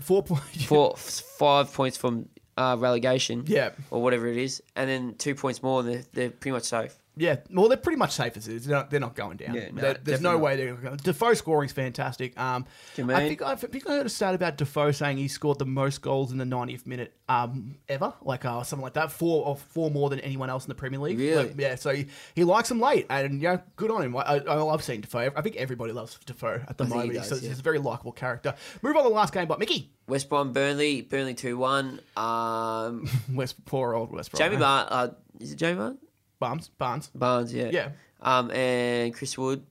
Speaker 1: four [LAUGHS] points.
Speaker 2: four, f- five points from uh, relegation.
Speaker 1: Yeah.
Speaker 2: or whatever it is, and then two points more. They're they're pretty much safe.
Speaker 1: Yeah, well, they're pretty much safe as it is. They're not, they're not going down.
Speaker 2: Yeah, no,
Speaker 1: There- there's no
Speaker 2: definitely
Speaker 1: way they're going. Defoe scoring's fantastic. Um,
Speaker 2: Jermaine?
Speaker 1: I think I think I heard a stat about Defoe saying he scored the most goals in the 90th minute um, ever, like uh, something like that. Four or four more than anyone else in the Premier League.
Speaker 2: Really?
Speaker 1: Like, yeah. So he, he likes them late, and yeah, good on him. I, I, I love seeing Defoe. I think everybody loves Defoe at the
Speaker 2: think he
Speaker 1: moment.
Speaker 2: does,
Speaker 1: so he's
Speaker 2: yeah.
Speaker 1: a very likable character. Move on to the last game, but Mickey [LAUGHS]
Speaker 2: West Brom, Burnley, Burnley two one.
Speaker 1: [LAUGHS]
Speaker 2: Um,
Speaker 1: West, poor old West. Brom,
Speaker 2: Jamie
Speaker 1: eh?
Speaker 2: Barnes. Uh, is it Jamie Barnes?
Speaker 1: Barnes, Barnes,
Speaker 2: Barnes, yeah.
Speaker 1: Yeah.
Speaker 2: Um, and Chris Wood.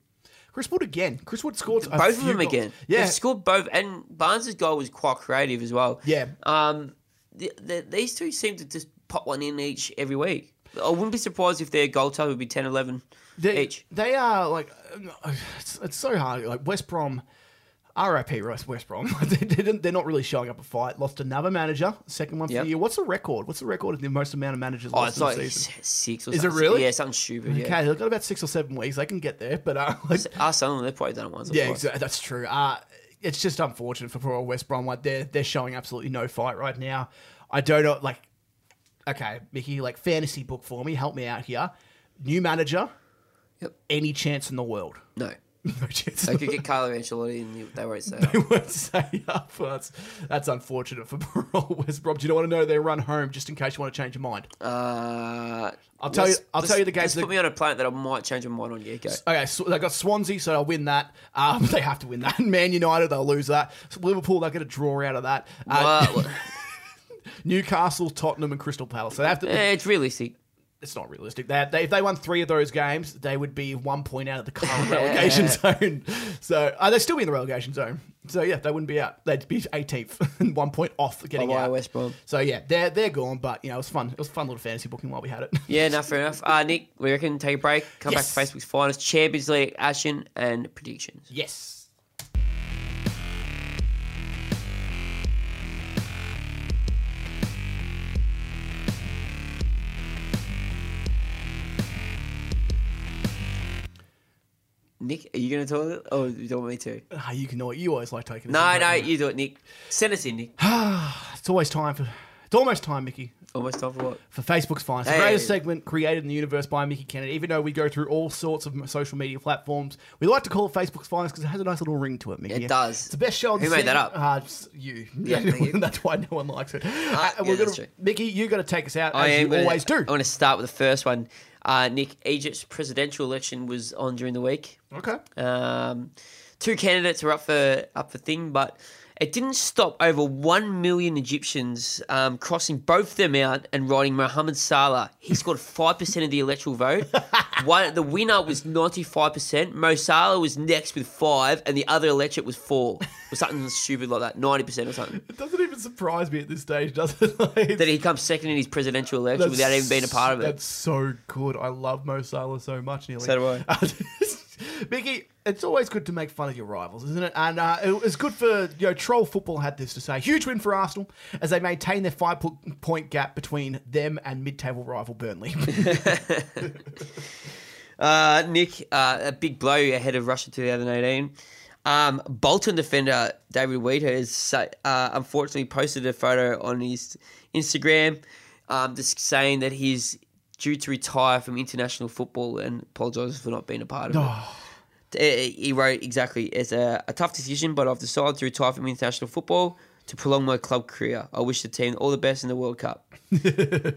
Speaker 1: Chris Wood again. Chris Wood scored a
Speaker 2: both of
Speaker 1: few
Speaker 2: them
Speaker 1: goals.
Speaker 2: again.
Speaker 1: Yeah,
Speaker 2: They've scored both, and Barnes' goal was quite creative as well.
Speaker 1: Yeah.
Speaker 2: Um, the, the, these two seem to just pop one in each every week. I wouldn't be surprised if their goal total would be 10, 11
Speaker 1: They,
Speaker 2: each.
Speaker 1: They are like, uh, it's, it's so hard. Like West Brom, RIP West West Brom. [LAUGHS] they didn't, they're not really showing up a fight. Lost another manager, second one for
Speaker 2: Yep.
Speaker 1: the year. What's the record? What's the record of the most amount of managers
Speaker 2: Oh,
Speaker 1: lost
Speaker 2: it's
Speaker 1: in
Speaker 2: like
Speaker 1: the
Speaker 2: s-
Speaker 1: season?
Speaker 2: six or
Speaker 1: Is it
Speaker 2: something.
Speaker 1: really?
Speaker 2: Yeah, something stupid. Yeah.
Speaker 1: Okay, they've got about six or seven weeks. They can get there, but uh, [LAUGHS] like,
Speaker 2: Us, Sunderland, they've probably done it once or
Speaker 1: yeah,
Speaker 2: twice.
Speaker 1: exa- that's true. Uh, it's just unfortunate for poor old West Brom. Like they're they're showing absolutely no fight right now. I don't know. Like, okay, Mickey, like fantasy book for me. Help me out here. New manager.
Speaker 2: Yep.
Speaker 1: Any chance in the world? [LAUGHS]
Speaker 2: No.
Speaker 1: No chance. in
Speaker 2: They
Speaker 1: the [LAUGHS]
Speaker 2: could get Carlo Ancelotti and you- they won't say that.
Speaker 1: they won't say up. That's, that's unfortunate for [LAUGHS] poor old West Brom. Do you not want to know their run home just in case you want to change your mind?
Speaker 2: Uh,
Speaker 1: I'll tell you-
Speaker 2: let's-
Speaker 1: I'll
Speaker 2: let's-
Speaker 1: tell you the games
Speaker 2: Let's
Speaker 1: that-
Speaker 2: put me on a planet that I might change my mind on. Yeah, go.
Speaker 1: Okay, so they got Swansea, so they'll win that. Um, [LAUGHS] they have to win that. Man United, they'll lose that. So Liverpool, they'll get a draw out of that. Uh, [LAUGHS]
Speaker 2: Well,
Speaker 1: Newcastle, Tottenham, and Crystal Palace. So they have to.
Speaker 2: eh, it's realistic.
Speaker 1: It's not realistic. They, they, if they won three of those games, they would be one point out of the current relegation zone. So uh, they'd still be in the relegation zone. So yeah, they wouldn't be out. They'd be 18th [LAUGHS] and one point off getting
Speaker 2: Bye-bye,
Speaker 1: out.
Speaker 2: West Brom.
Speaker 1: So yeah, they're they're gone. But you know, it was fun. It was a fun little fantasy booking while we had it. [LAUGHS]
Speaker 2: Yeah, no, fair enough. Uh, Nick, we reckon take a break, come back
Speaker 1: Yes.
Speaker 2: to Facebook's finest, Champions League action and predictions.
Speaker 1: yes.
Speaker 2: Nick, are you going to talk? Oh, you don't want me to?
Speaker 1: Ah, you can know it. You always like taking. us
Speaker 2: No,
Speaker 1: in,
Speaker 2: no,
Speaker 1: don't you?
Speaker 2: you do it, Nick. Send us in, Nick.
Speaker 1: It's always time for. It's almost time, Mickey,
Speaker 2: Almost time for what?
Speaker 1: for Facebook's Finest, the
Speaker 2: Hey.
Speaker 1: greatest segment created in the universe by Mickey Kennedy. Even though we go through all sorts of social media platforms, we like to call it Facebook's Finest because it has a nice little ring to it, Mickey.
Speaker 2: It does.
Speaker 1: It's the best show on
Speaker 2: Who
Speaker 1: the
Speaker 2: made that
Speaker 1: segment.
Speaker 2: up?
Speaker 1: Uh, it's you.
Speaker 2: [LAUGHS]
Speaker 1: [LAUGHS]
Speaker 2: Yeah, thank you. Ah,
Speaker 1: that's why no one likes it. Uh,
Speaker 2: yeah,
Speaker 1: we're gonna,
Speaker 2: that's true.
Speaker 1: Mickey, you got to take us out,
Speaker 2: I
Speaker 1: as
Speaker 2: am
Speaker 1: you
Speaker 2: gonna,
Speaker 1: always do.
Speaker 2: I want to start with the first one. Uh, Nick, Egypt's presidential election was on during the week.
Speaker 1: Okay.
Speaker 2: Um, two candidates were up for up for thing, but it didn't stop over one million Egyptians um, crossing both them out and riding Mohammed Salah. He scored five percent of the electoral vote. One, the winner was ninety five percent. Mo Salah was next with five, and the other electorate was four, or something stupid like that, ninety percent or something.
Speaker 1: It doesn't even surprise me at this stage, does it? [LAUGHS] Like,
Speaker 2: That he comes second in his presidential election
Speaker 1: that's-
Speaker 2: without even being a part of it.
Speaker 1: That's so good. I love Mo Salah so much. Nearly.
Speaker 2: So do I.
Speaker 1: I. [LAUGHS] Mickey, it's always good to make fun of your rivals, isn't it? And uh, it was good for you know. Troll football had this to say: huge win for Arsenal as they maintain their five-point gap between them and mid-table rival Burnley. [LAUGHS]
Speaker 2: Uh, Nick, uh, a big blow ahead of Russia 2018. Um, Bolton defender David Wheater has sa- uh, unfortunately posted a photo on his Instagram um, just saying that he's due to retire from international football and apologises for not being a part of it. Uh, He wrote exactly, it's a, a tough decision, but I've decided to retire from international football to prolong my club career. I wish the team all the best in the World Cup.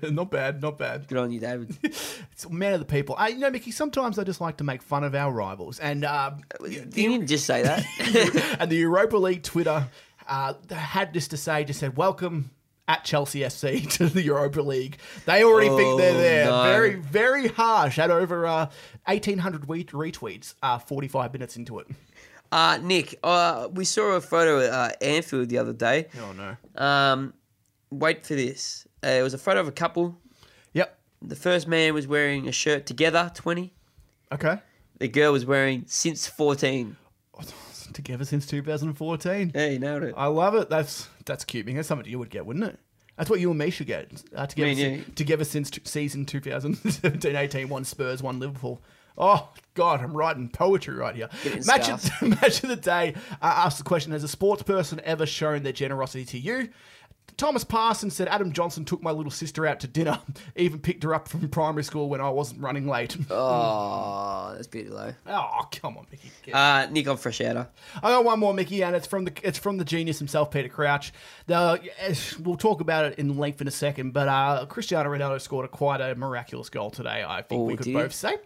Speaker 1: not bad, not bad.
Speaker 2: Good on you, David.
Speaker 1: It's man of the people. Uh, you know, Mickey. Sometimes I just like to make fun of our rivals, and um,
Speaker 2: Didn't you just say that?
Speaker 1: [LAUGHS] and the Europa League Twitter uh, had this to say, just said, welcome at Chelsea FC [LAUGHS] to the Europa League. They already think they're
Speaker 2: Oh,
Speaker 1: there.
Speaker 2: no.
Speaker 1: Very, very harsh. Had over uh, 1,800 we- retweets uh, 45 minutes into it.
Speaker 2: Uh, Nick, uh, we saw a photo at uh, Anfield the other day.
Speaker 1: Oh, no.
Speaker 2: Um, wait for this. Uh, it was a photo of a couple.
Speaker 1: Yep.
Speaker 2: The first man was wearing a shirt together, 20.
Speaker 1: Okay. [LAUGHS]
Speaker 2: The girl was wearing since 14.
Speaker 1: Together since 2014.
Speaker 2: Hey, you nailed it.
Speaker 1: I love it. That's that's cute. Mick. That's something you would get, wouldn't it? That's what you and me should get. Uh, together,
Speaker 2: Me and
Speaker 1: si-
Speaker 2: you.
Speaker 1: together since t- season [LAUGHS] 2017 18, one Spurs, one Liverpool. Oh, God, I'm writing poetry right here.
Speaker 2: Getting
Speaker 1: Match [LAUGHS] of, match of the day uh, asked the question Has a sports person ever shown their generosity to you? Thomas Parson said Adam Johnson took my little sister out to dinner, [LAUGHS] even picked her up from primary school when I wasn't running late. [LAUGHS]
Speaker 2: Oh, that's pretty low.
Speaker 1: Oh, come on, Mickey. Get
Speaker 2: Uh, Nick, I'm fresh outer.
Speaker 1: I got one more, Mickey, and it's from the it's from the genius himself, Peter Crouch. The, as- we'll talk about it in length in a second, but uh, Cristiano Ronaldo scored a quite a miraculous goal today. I think
Speaker 2: Oh,
Speaker 1: we could
Speaker 2: did he?
Speaker 1: both say.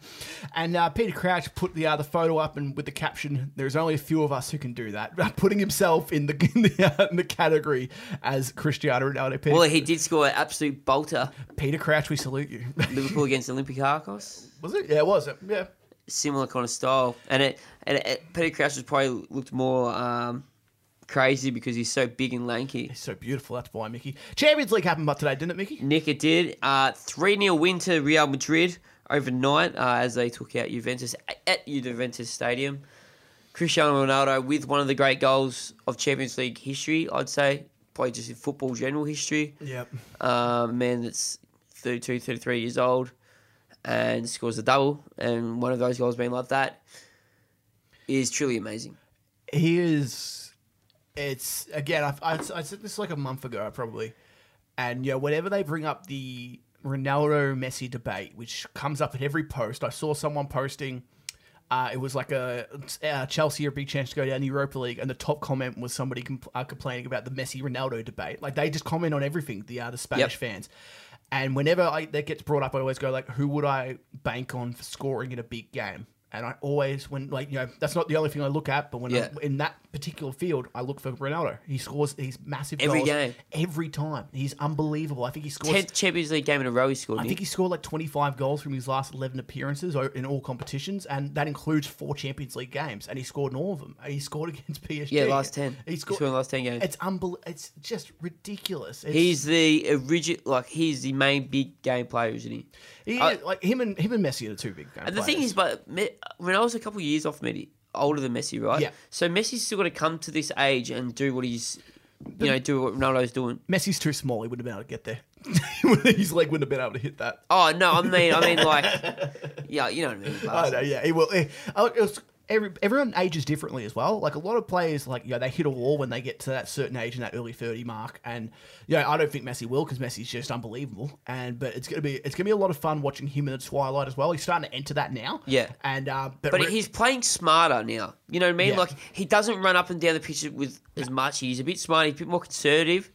Speaker 1: And uh, Peter Crouch put the uh, the photo up and with the caption, "There's only a few of us who can do that," [LAUGHS] putting himself in the [LAUGHS] in the, uh, in the category as Cristiano Ronaldo. Peter,
Speaker 2: Well, he did score an absolute bolter.
Speaker 1: Peter Crouch, we salute you.
Speaker 2: Liverpool against Olympic Arcos.
Speaker 1: [LAUGHS] was it? Yeah, it was it? Yeah.
Speaker 2: Similar kind of style. And it, and it, Peter Crouch was probably looked more um, crazy because he's so big and lanky.
Speaker 1: He's so beautiful. That's why, Mickey. Champions League happened up today, didn't it, Mickey?
Speaker 2: Nick, it did. Uh, 3 0 win to Real Madrid overnight uh, as they took out Juventus at Juventus Stadium. Cristiano Ronaldo with one of the great goals of Champions League history, I'd say, probably just in football general history.
Speaker 1: Yep.
Speaker 2: Uh, a man that's 32, 33 years old and scores a double, and one of those goals being like that is truly amazing.
Speaker 1: he is it's again I've, I, I said this like a month ago probably and yeah whenever they bring up the ronaldo messi debate which comes up at every post i saw someone posting uh, it was like a, uh Chelsea a big chance to go down the Europa League, and the top comment was somebody compl- uh, complaining about the Messi Ronaldo debate. Like they just comment on everything. The uh, the Spanish fans, and whenever I, that gets brought up, I always go like, who would I bank on for scoring in a big game? And I always when like you know that's not the only thing I look at, but when
Speaker 2: Yeah.
Speaker 1: I, in that particular field, I look for Ronaldo. He scores these massive
Speaker 2: Every
Speaker 1: goals
Speaker 2: game.
Speaker 1: every time. He's unbelievable. I think he scores
Speaker 2: 10th Champions League game in a row he scored,
Speaker 1: I
Speaker 2: Nick.
Speaker 1: think he scored like 25 goals from his last 11 appearances o- in all competitions, and that includes four Champions League games, and he scored in all of them. And He scored against [LAUGHS] PSG.
Speaker 2: yeah, last 10.
Speaker 1: He
Speaker 2: He
Speaker 1: scored.
Speaker 2: scored in the last 10 games.
Speaker 1: it's unbelievable. It's just ridiculous. It's,
Speaker 2: He's the original, like he's the main big game player, isn't he?
Speaker 1: he,
Speaker 2: I-
Speaker 1: like him and him and Messi are the two big. Game
Speaker 2: And the thing is, but Me- Ronaldo's a couple of years off Messi, older than Messi, right?
Speaker 1: Yeah.
Speaker 2: So Messi's still got to come to this age and do what he's, you know, do what Ronaldo's doing.
Speaker 1: Messi's too small. He wouldn't have been able to get there. [LAUGHS] his leg wouldn't have been able to hit that.
Speaker 2: Oh no, [LAUGHS] I mean, I mean, like, [LAUGHS] yeah, you know what I mean.
Speaker 1: I
Speaker 2: but-
Speaker 1: know. Yeah, he will. He, I- it was, every, everyone ages differently as well. Like a lot of players, like you know, they hit a wall when they get to that certain age and that early thirty mark. And you know, I don't think Messi will because Messi's just unbelievable. And but it's gonna be it's gonna be a lot of fun watching him in the twilight as well. He's starting to enter that now.
Speaker 2: Yeah.
Speaker 1: And uh,
Speaker 2: But
Speaker 1: re-
Speaker 2: he's playing smarter now. You know what I mean?
Speaker 1: Yeah.
Speaker 2: Like he doesn't run up and down the pitch with as much. He's a bit smarter. He's a bit more conservative,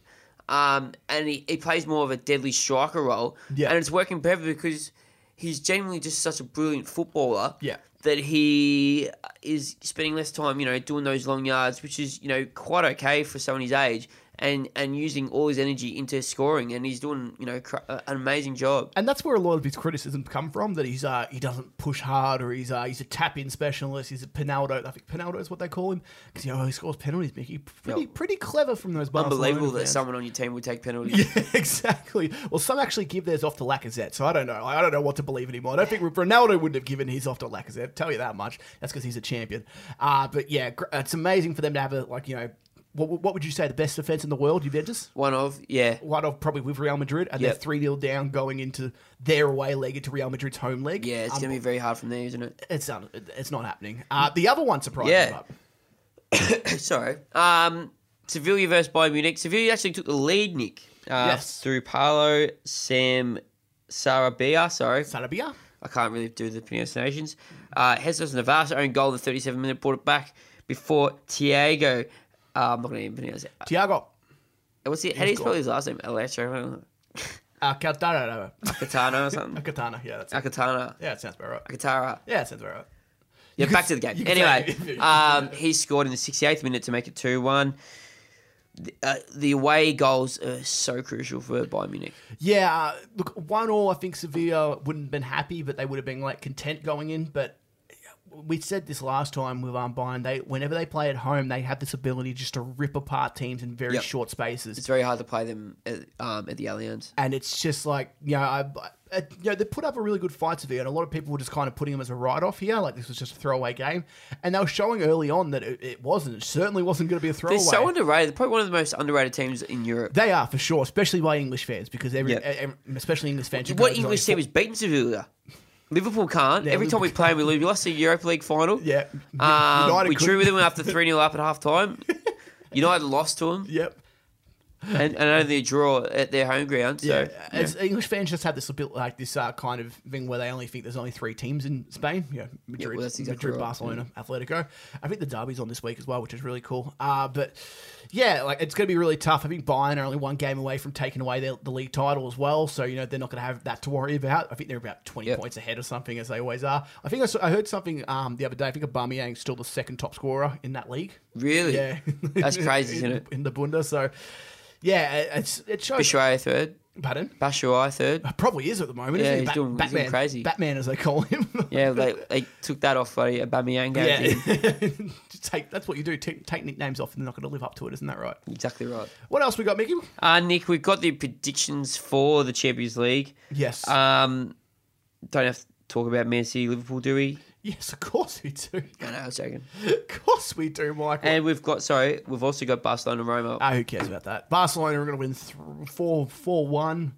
Speaker 2: um, and he, he plays more of a deadly striker role.
Speaker 1: Yeah.
Speaker 2: and it's working perfectly because he's genuinely just such a brilliant footballer.
Speaker 1: Yeah.
Speaker 2: that he is spending less time, you know, doing those long yards, which is you know quite okay for someone his age. And, and using all his energy into scoring, and he's doing you know cr- an amazing job.
Speaker 1: and that's where a lot of his criticism come from that he's uh, he doesn't push hard or he's uh, he's a tap in specialist he's a Pinaldo I think Pinaldo is what they call him because you know he scores penalties Mickey pretty
Speaker 2: Yeah.
Speaker 1: pretty clever from those Barcelona
Speaker 2: Unbelievable that
Speaker 1: fans.
Speaker 2: someone on your team would take penalties.
Speaker 1: [LAUGHS] yeah exactly well some actually give theirs off to Lacazette so I don't know I don't know what to believe anymore I don't think Ronaldo wouldn't have given his off to Lacazette tell you that much that's because he's a champion uh, but yeah gr- it's amazing for them to have a like you know what, what would you say the best defense in the world Juventus
Speaker 2: One of yeah.
Speaker 1: one off probably with Real Madrid, and they're
Speaker 2: Yep.
Speaker 1: three 0 down going into their away leg into Real Madrid's home leg.
Speaker 2: Yeah, it's
Speaker 1: Um,
Speaker 2: gonna be very hard from there, isn't it? [COUGHS]
Speaker 1: it's not it's not happening. Uh, the other one surprised
Speaker 2: Yeah.
Speaker 1: me. but-
Speaker 2: Sorry. Um, Sevilla versus Bayern Munich. Sevilla actually took the lead, Nick. Uh,
Speaker 1: Yes.
Speaker 2: Through Paolo Sam Sarabia. Sorry,
Speaker 1: Sarabia.
Speaker 2: I can't really do the pronunciations. Uh, Jesus Navas own goal in the 37 minute brought it back before Thiago. Uh, I'm not gonna even pronounce it. Uh,
Speaker 1: Tiago.
Speaker 2: What's he, how do you spell
Speaker 1: got-
Speaker 2: his last name? Electro
Speaker 1: Uh, Katana. [LAUGHS]
Speaker 2: Katana or something.
Speaker 1: Katana. Yeah, that's it.
Speaker 2: Akatana.
Speaker 1: yeah, it sounds about right.
Speaker 2: Katara.
Speaker 1: Yeah, it sounds about right.
Speaker 2: Yeah,
Speaker 1: You
Speaker 2: back
Speaker 1: could-
Speaker 2: to the game.
Speaker 1: you could
Speaker 2: Anyway,
Speaker 1: say- [LAUGHS]
Speaker 2: um, he scored in the 68th minute to make it 2 1. Uh, the away goals are so crucial for Bayern Munich.
Speaker 1: Yeah, uh, look, one all. I think Sevilla wouldn't have been happy, but they would have been like content going in. But we said this last time with um, Bayern. They whenever they play at home, they have this ability just to rip apart teams in very
Speaker 2: Yep.
Speaker 1: short spaces.
Speaker 2: It's very hard to play them at, um, at the Allianz.
Speaker 1: and it's just like you know, I, I, you know, they put up a really good fight to and a lot of people were just kind of putting them as a write-off here, like this was just a throwaway game, and they were showing early on that it, it wasn't. It certainly wasn't going to be a
Speaker 2: They're
Speaker 1: throwaway.
Speaker 2: so underrated. They're probably one of the most underrated teams in Europe.
Speaker 1: they are for sure, especially by English fans, because every,
Speaker 2: Yeah.
Speaker 1: e- e- especially English fans. who go
Speaker 2: What
Speaker 1: to the
Speaker 2: English team
Speaker 1: fo-
Speaker 2: has beaten Sevilla? Liverpool can't.
Speaker 1: Yeah,
Speaker 2: Every time we play them, we lose. We lost the Europa League final.
Speaker 1: Yeah.
Speaker 2: Um,
Speaker 1: United
Speaker 2: we drew
Speaker 1: couldn't.
Speaker 2: with
Speaker 1: [LAUGHS]
Speaker 2: them after 3 0 up at half time. United lost to them.
Speaker 1: Yep.
Speaker 2: And, and only a draw at their home ground. So,
Speaker 1: Yeah, It's, English fans just have this bit like this uh, kind of thing where they only think there's only three teams in Spain. Yeah, Madrid,
Speaker 2: well, that's exactly
Speaker 1: Madrid,
Speaker 2: right,
Speaker 1: Barcelona, Atletico. I think the derby's on this week as well, which is really cool. Uh, but yeah, like it's going to be really tough. I think Bayern are only one game away from taking away their, the league title as well, so you know they're not going to have that to worry about. I think they're about 20
Speaker 2: Yep.
Speaker 1: points ahead or something, as they always are. I think I, saw, I heard something um, the other day. I think Aubameyang's still the second top scorer in that league.
Speaker 2: really,
Speaker 1: Yeah, [LAUGHS]
Speaker 2: That's crazy,
Speaker 1: in,
Speaker 2: isn't it?
Speaker 1: In the Bunda, so. Yeah, it- it's it shows.
Speaker 2: Bishway third,
Speaker 1: Pardon?
Speaker 2: Bashuai third.
Speaker 1: Probably is at the moment.
Speaker 2: Yeah,
Speaker 1: isn't he?
Speaker 2: he's
Speaker 1: Bat-
Speaker 2: doing- he's doing
Speaker 1: Batman,
Speaker 2: crazy.
Speaker 1: Batman, as they call him. [LAUGHS]
Speaker 2: Yeah, they, they took that off by Aubameyang.
Speaker 1: yeah.
Speaker 2: guarantee.
Speaker 1: [LAUGHS] Just take that's what you do. Take, take nicknames off, and they're not going to live up to it, isn't that right?
Speaker 2: Exactly right.
Speaker 1: What else we got, Mickey?
Speaker 2: Uh, Nick, we've got the predictions for the Champions League.
Speaker 1: Yes,
Speaker 2: Um, don't have to talk about Man City, Liverpool, do we?
Speaker 1: yes, of course we do. [LAUGHS]
Speaker 2: No, no, I was joking.
Speaker 1: of course we do, Michael.
Speaker 2: And we've got, sorry, we've also got Barcelona, Roma.
Speaker 1: Ah, who cares about that? Barcelona are going to win th- four four one.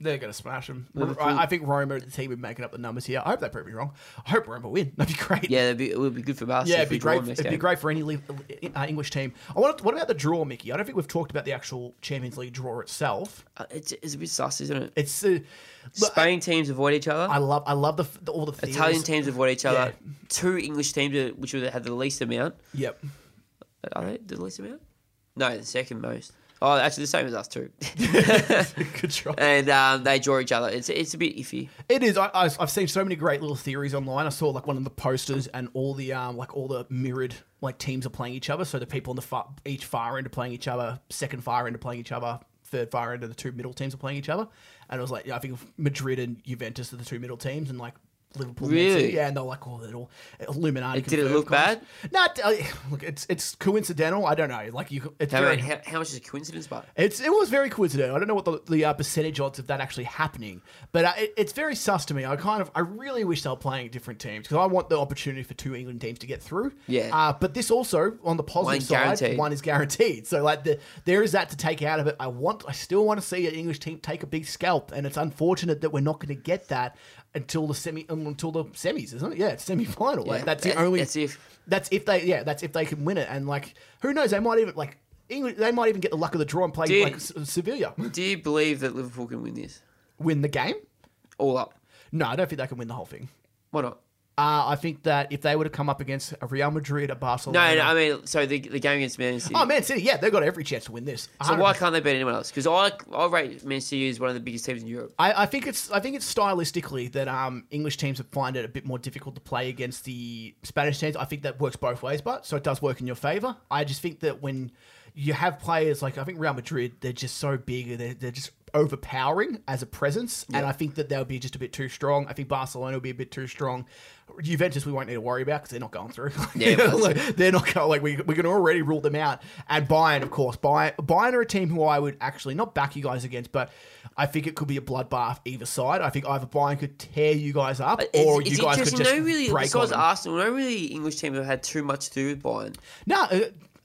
Speaker 1: They're going to smash them.
Speaker 2: Liverpool-
Speaker 1: I, I think Roma, the team, are making up the numbers here. I hope they prove me wrong. I hope Roma win. [LAUGHS] That'd be great.
Speaker 2: yeah, that'd be, it would be good for Barcelona.
Speaker 1: Yeah, it'd
Speaker 2: if
Speaker 1: be
Speaker 2: we draw
Speaker 1: great.
Speaker 2: them next
Speaker 1: It'd be
Speaker 2: game.
Speaker 1: great for any Le- uh, English team. I want. What about the draw, Mickey? I don't think we've talked about the actual Champions League draw itself.
Speaker 2: Uh, It's, it's a bit sus, isn't it?
Speaker 1: It's uh, look,
Speaker 2: Spain teams avoid each other.
Speaker 1: I love. I love the, the all the theories.
Speaker 2: Italian teams avoid each other. Two English teams, uh, which would have had the least amount.
Speaker 1: Yep.
Speaker 2: [LAUGHS]
Speaker 1: [LAUGHS]
Speaker 2: Are they the least amount? No, the second most. Oh, actually, the same as us too. [LAUGHS]
Speaker 1: Good try.
Speaker 2: and um, they draw each other. It's it's a bit iffy.
Speaker 1: It is. I, I, I've seen so many great little theories online. I saw like one of the posters and all the um like all the mirrored like teams are playing each other. So the people in the far, each far end are playing each other. Second far end are playing each other. Third far end are the two middle teams are playing each other. And it was like yeah, I think Madrid and Juventus are the two middle teams and like. Liverpool, Man City.
Speaker 2: Really?
Speaker 1: yeah, and they're like, "Oh, they're all Illuminati."
Speaker 2: Did it
Speaker 1: confirmed
Speaker 2: look
Speaker 1: guys.
Speaker 2: bad?
Speaker 1: Not I- uh, look, it's it's coincidental. I don't know. Like you, it's
Speaker 2: How,
Speaker 1: very,
Speaker 2: how, how much is a coincidence? But
Speaker 1: It's it was very coincidental. I don't know what the, the uh, percentage odds of that actually happening, but uh, it, it's very sus to me. I kind of I really wish they were playing different teams because I want the opportunity for two England teams to get through.
Speaker 2: Yeah.
Speaker 1: Uh, but this also on the
Speaker 2: One
Speaker 1: positive side,
Speaker 2: guaranteed.
Speaker 1: one is guaranteed. So like the, there is that to take out of it. I want I still want to see an English team take a big scalp, and it's unfortunate that we're not going to get that until the semi un- until the semis, isn't it? Yeah, it's semi final. Like, that's the
Speaker 2: that-
Speaker 1: only.
Speaker 2: That's if.
Speaker 1: That's if they, yeah, that's if they can win it, and like, who knows? They might even like England. They might even get the luck of the draw and play
Speaker 2: Dude.
Speaker 1: like S- Sevilla,
Speaker 2: Do you believe that Liverpool can win this
Speaker 1: win the game.
Speaker 2: all up?
Speaker 1: No, I don't think they can win the whole thing.
Speaker 2: Why not?
Speaker 1: Uh, I think that if they were to come up against a Real Madrid, a
Speaker 2: No,
Speaker 1: Barcelona,
Speaker 2: no. I mean, so the, the game against Man City.
Speaker 1: oh Man City, yeah, they've got every chance to win this.
Speaker 2: so
Speaker 1: 100%.
Speaker 2: why can't they beat anyone else? Because I I rate Man City as one of the biggest teams in Europe.
Speaker 1: I, I think it's I think it's stylistically that um, English teams would find it a bit more difficult to play against the Spanish teams. I think that works both ways, but so it does work in your favor. I just think that when you have players like I think Real Madrid, they're just so big, and they're, they're just overpowering as a presence, and I think that they'll be just a bit too strong. I think Barcelona will be a bit too strong. Juventus, we won't need to worry about because they're not going through. [LAUGHS]
Speaker 2: Yeah, well,
Speaker 1: Like, they're not going like we we can already rule them out. And Bayern, of course, Bayern, Bayern are a team who I would actually not back you guys against, but I think it could be a bloodbath either side. I think either Bayern could tear you guys up,
Speaker 2: It's-
Speaker 1: or
Speaker 2: it's
Speaker 1: you guys could
Speaker 2: interesting,
Speaker 1: just
Speaker 2: no really,
Speaker 1: break on
Speaker 2: besides
Speaker 1: them.
Speaker 2: Arsenal, no really English team have had too much to do with Bayern,
Speaker 1: No, uh,